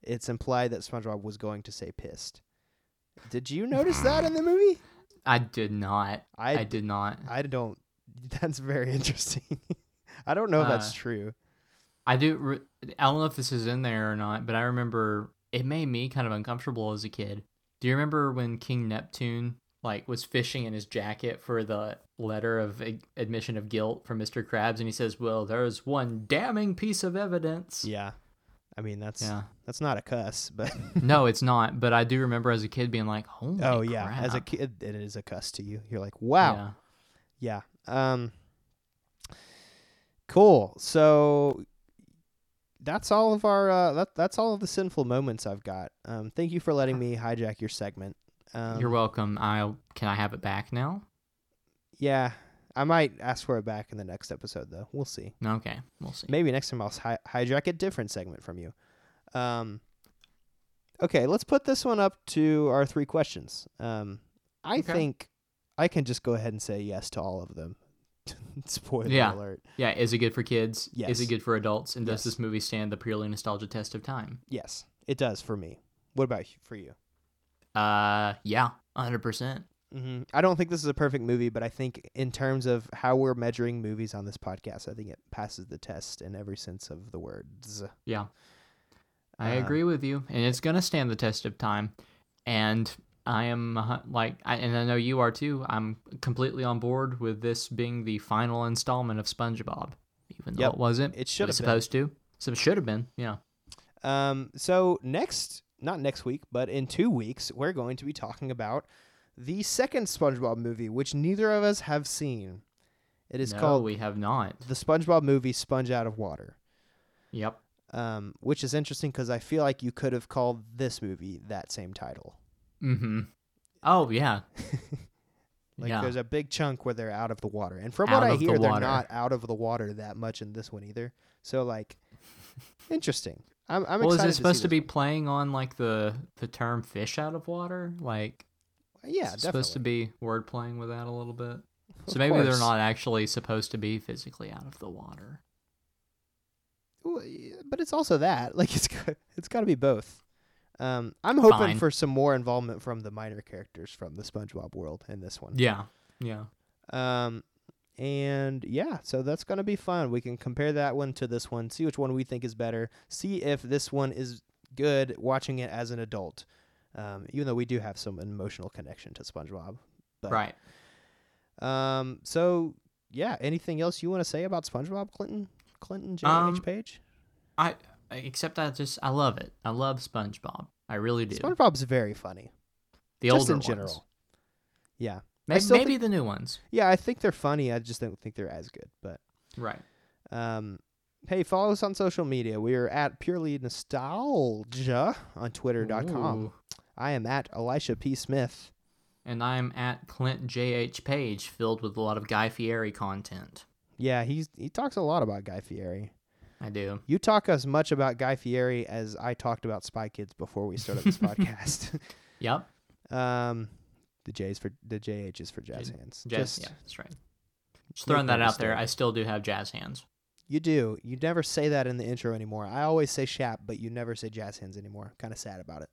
Speaker 2: "It's implied that SpongeBob was going to say pissed." Did you notice that in the movie?
Speaker 1: I did not.
Speaker 2: I
Speaker 1: I, did not.
Speaker 2: I don't. That's very interesting. I don't know if that's
Speaker 1: Uh,
Speaker 2: true.
Speaker 1: I do. Re- I don't know if this is in there or not, but I remember it made me kind of uncomfortable as a kid. Do you remember when King Neptune like was fishing in his jacket for the letter of ad- admission of guilt from Mr. Krabs, and he says, "Well, there's one damning piece of evidence."
Speaker 2: Yeah. I mean, that's
Speaker 1: Yeah.
Speaker 2: that's not a cuss, but
Speaker 1: No, it's not. But I do remember as a kid being like, "Holy
Speaker 2: oh yeah, as a
Speaker 1: crap.
Speaker 2: kid, it is a cuss to you. You're like, wow.
Speaker 1: Yeah.
Speaker 2: Yeah. Um cool. So that's all of our uh that, that's all of the sinful moments I've got. Um thank you for letting me hijack your segment. Um
Speaker 1: You're welcome. I can I have it back now?
Speaker 2: Yeah. I might ask for it back in the next episode though. We'll see.
Speaker 1: Okay, we'll see.
Speaker 2: Maybe next time I'll hi- hijack a different segment from you. Um Okay, let's put this one up to our three questions. Um I
Speaker 1: Okay.
Speaker 2: think I can just go ahead and say yes to all of them. Spoiler
Speaker 1: Yeah.
Speaker 2: alert.
Speaker 1: Yeah, is it good for kids? Is
Speaker 2: Yes.
Speaker 1: it good for adults? And does
Speaker 2: Yes.
Speaker 1: this movie stand the purely nostalgia test of time?
Speaker 2: Yes, it does for me. What about y- for you?
Speaker 1: Uh, yeah, hundred percent.
Speaker 2: hmm I don't think this is a perfect movie, but I think in terms of how we're measuring movies on this podcast, I think it passes the test in every sense of the words.
Speaker 1: Yeah, I
Speaker 2: Uh,
Speaker 1: agree with you, and it's gonna stand the test of time. And I am uh, like, I, and I know you are too. I'm completely on board with this being the final installment of SpongeBob, even though
Speaker 2: Yep.
Speaker 1: it wasn't.
Speaker 2: It should
Speaker 1: was
Speaker 2: have been.
Speaker 1: supposed to. So it should have been. Yeah.
Speaker 2: Um, so next, not next week, but in two weeks, we're going to be talking about the second SpongeBob movie, which neither of us have seen. It is
Speaker 1: no,
Speaker 2: called
Speaker 1: we have not.
Speaker 2: the SpongeBob movie "Sponge Out of Water."
Speaker 1: Yep.
Speaker 2: Um, which is interesting because I feel like you could have called this movie that same title.
Speaker 1: Mm-hmm. Oh yeah.
Speaker 2: Like
Speaker 1: yeah.
Speaker 2: there's a big chunk where they're out of the water. And from
Speaker 1: Out
Speaker 2: what I
Speaker 1: of the
Speaker 2: hear, they're
Speaker 1: water.
Speaker 2: not out of the water that much in this one either. So like interesting. I'm I'm
Speaker 1: well, is
Speaker 2: excited
Speaker 1: it supposed
Speaker 2: see
Speaker 1: to, be
Speaker 2: this
Speaker 1: playing on like the the term "fish out of water"? Like,
Speaker 2: one. Yeah,
Speaker 1: it's
Speaker 2: definitely.
Speaker 1: supposed to be word playing with that a little bit.
Speaker 2: Of
Speaker 1: So maybe they're
Speaker 2: course.
Speaker 1: not actually supposed to be physically out of the water.
Speaker 2: Well, yeah, But it's also that. Like it's got, it's got to be both. Um, I'm hoping
Speaker 1: Fine.
Speaker 2: for some more involvement from the minor characters from the SpongeBob world in this one.
Speaker 1: Yeah, yeah,
Speaker 2: Um, and yeah, so that's gonna be fun. We can compare that one to this one, see which one we think is better, see if this one is good watching it as an adult. Um, even though we do have some emotional connection to SpongeBob, but
Speaker 1: right.
Speaker 2: Um, so yeah, anything else you want to say about SpongeBob, Clinton? Clinton J.
Speaker 1: Um,
Speaker 2: H. Page.
Speaker 1: I except I just I love it. I love SpongeBob. I really do.
Speaker 2: SpongeBob's very funny,
Speaker 1: the
Speaker 2: just
Speaker 1: older
Speaker 2: in
Speaker 1: ones.
Speaker 2: general. Yeah, I
Speaker 1: Maybe,
Speaker 2: still
Speaker 1: maybe the new ones.
Speaker 2: yeah, I think they're funny. I just don't think they're as good, but.
Speaker 1: Right.
Speaker 2: Um, hey, follow us on social media. We are at Purely Nostalgia on Twitter.com.
Speaker 1: Ooh.
Speaker 2: I am at Elisha P. Smith.
Speaker 1: And I'm at Clint J H Page, filled with a lot of Guy Fieri content.
Speaker 2: Yeah, he's, he talks a lot about Guy Fieri.
Speaker 1: I do.
Speaker 2: You talk as much about Guy Fieri as I talked about Spy Kids before we started this podcast.
Speaker 1: Yep.
Speaker 2: Um, the J's for the JH is for jazz
Speaker 1: J-
Speaker 2: hands.
Speaker 1: Jazz,
Speaker 2: Just
Speaker 1: yeah, that's right. Just
Speaker 2: make
Speaker 1: throwing
Speaker 2: no
Speaker 1: that out there.
Speaker 2: mistake.
Speaker 1: I still do have jazz hands.
Speaker 2: you do. You never say that in the intro anymore. I always say Shap, but you never say jazz hands anymore. Kind of sad about it.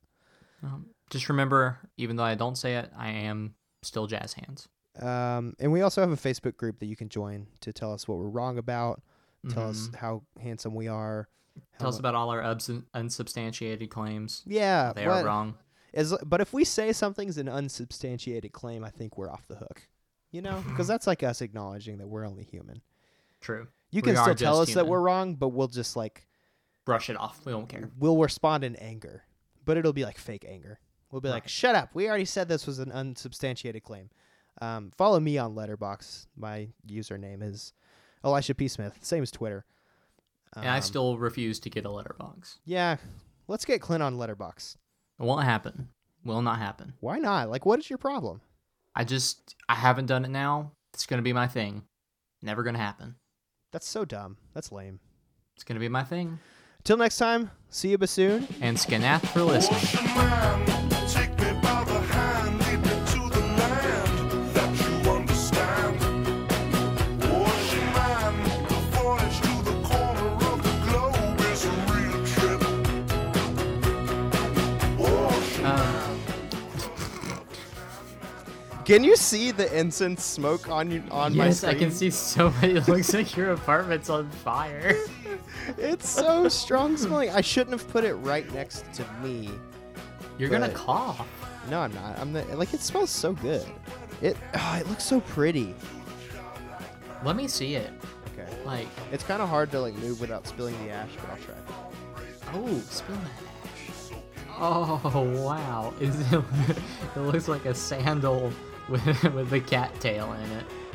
Speaker 1: Um, just remember, even though I don't say it, I am still jazz hands.
Speaker 2: Um, and we also have a Facebook group that you can join to tell us what we're wrong about, tell us
Speaker 1: Mhm.
Speaker 2: how handsome we are. how
Speaker 1: Tell us
Speaker 2: mu-
Speaker 1: about all our ups- unsubstantiated claims.
Speaker 2: yeah,
Speaker 1: They
Speaker 2: what-
Speaker 1: are wrong.
Speaker 2: As, but if we say something's an unsubstantiated claim, I think we're off the hook. you know, because that's like us acknowledging that we're only human.
Speaker 1: True.
Speaker 2: You can
Speaker 1: We are
Speaker 2: still tell us
Speaker 1: just
Speaker 2: that
Speaker 1: human.
Speaker 2: we're wrong, but we'll just like
Speaker 1: Brush it off. We don't care.
Speaker 2: we'll respond in anger, but it'll be like fake anger. We'll be like,
Speaker 1: Right.
Speaker 2: "Shut up! We already said this was an unsubstantiated claim." Um, follow me on Letterbox. My username is oh, Elisha P. Smith. Same as Twitter.
Speaker 1: and I
Speaker 2: Um,
Speaker 1: still refuse to get a letterbox.
Speaker 2: yeah. Let's get Clint on Letterbox.
Speaker 1: It won't happen. Will not happen.
Speaker 2: Why not? Like, what is your problem?
Speaker 1: I just I haven't done it now. It's gonna be my thing. Never gonna happen.
Speaker 2: That's so dumb. That's lame.
Speaker 1: It's gonna be my thing.
Speaker 2: Till next time. See you bassoon.
Speaker 1: And Skanath for listening.
Speaker 4: Take me by the hand, lead me to the land that you understand. Ocean man, the voyage to the corner of the globe is a real trip. Ocean
Speaker 2: Um,
Speaker 4: man.
Speaker 2: Can you see the incense smoke on you on my
Speaker 1: Yes,
Speaker 2: screen?
Speaker 1: I can see so many. It looks like your apartment's on fire.
Speaker 2: It's so strong smelling. I shouldn't have put it right next to me.
Speaker 1: You're gonna
Speaker 2: But-
Speaker 1: cough.
Speaker 2: No, I'm not. I'm the, like it smells so good. It oh, it looks so pretty.
Speaker 1: Let me see it.
Speaker 2: Okay.
Speaker 1: Like,
Speaker 2: It's kind of hard to like move without spilling the ash, but I'll try.
Speaker 1: oh, spill that ash. Oh wow! Is it? It looks like a sandal with with a cattail in it.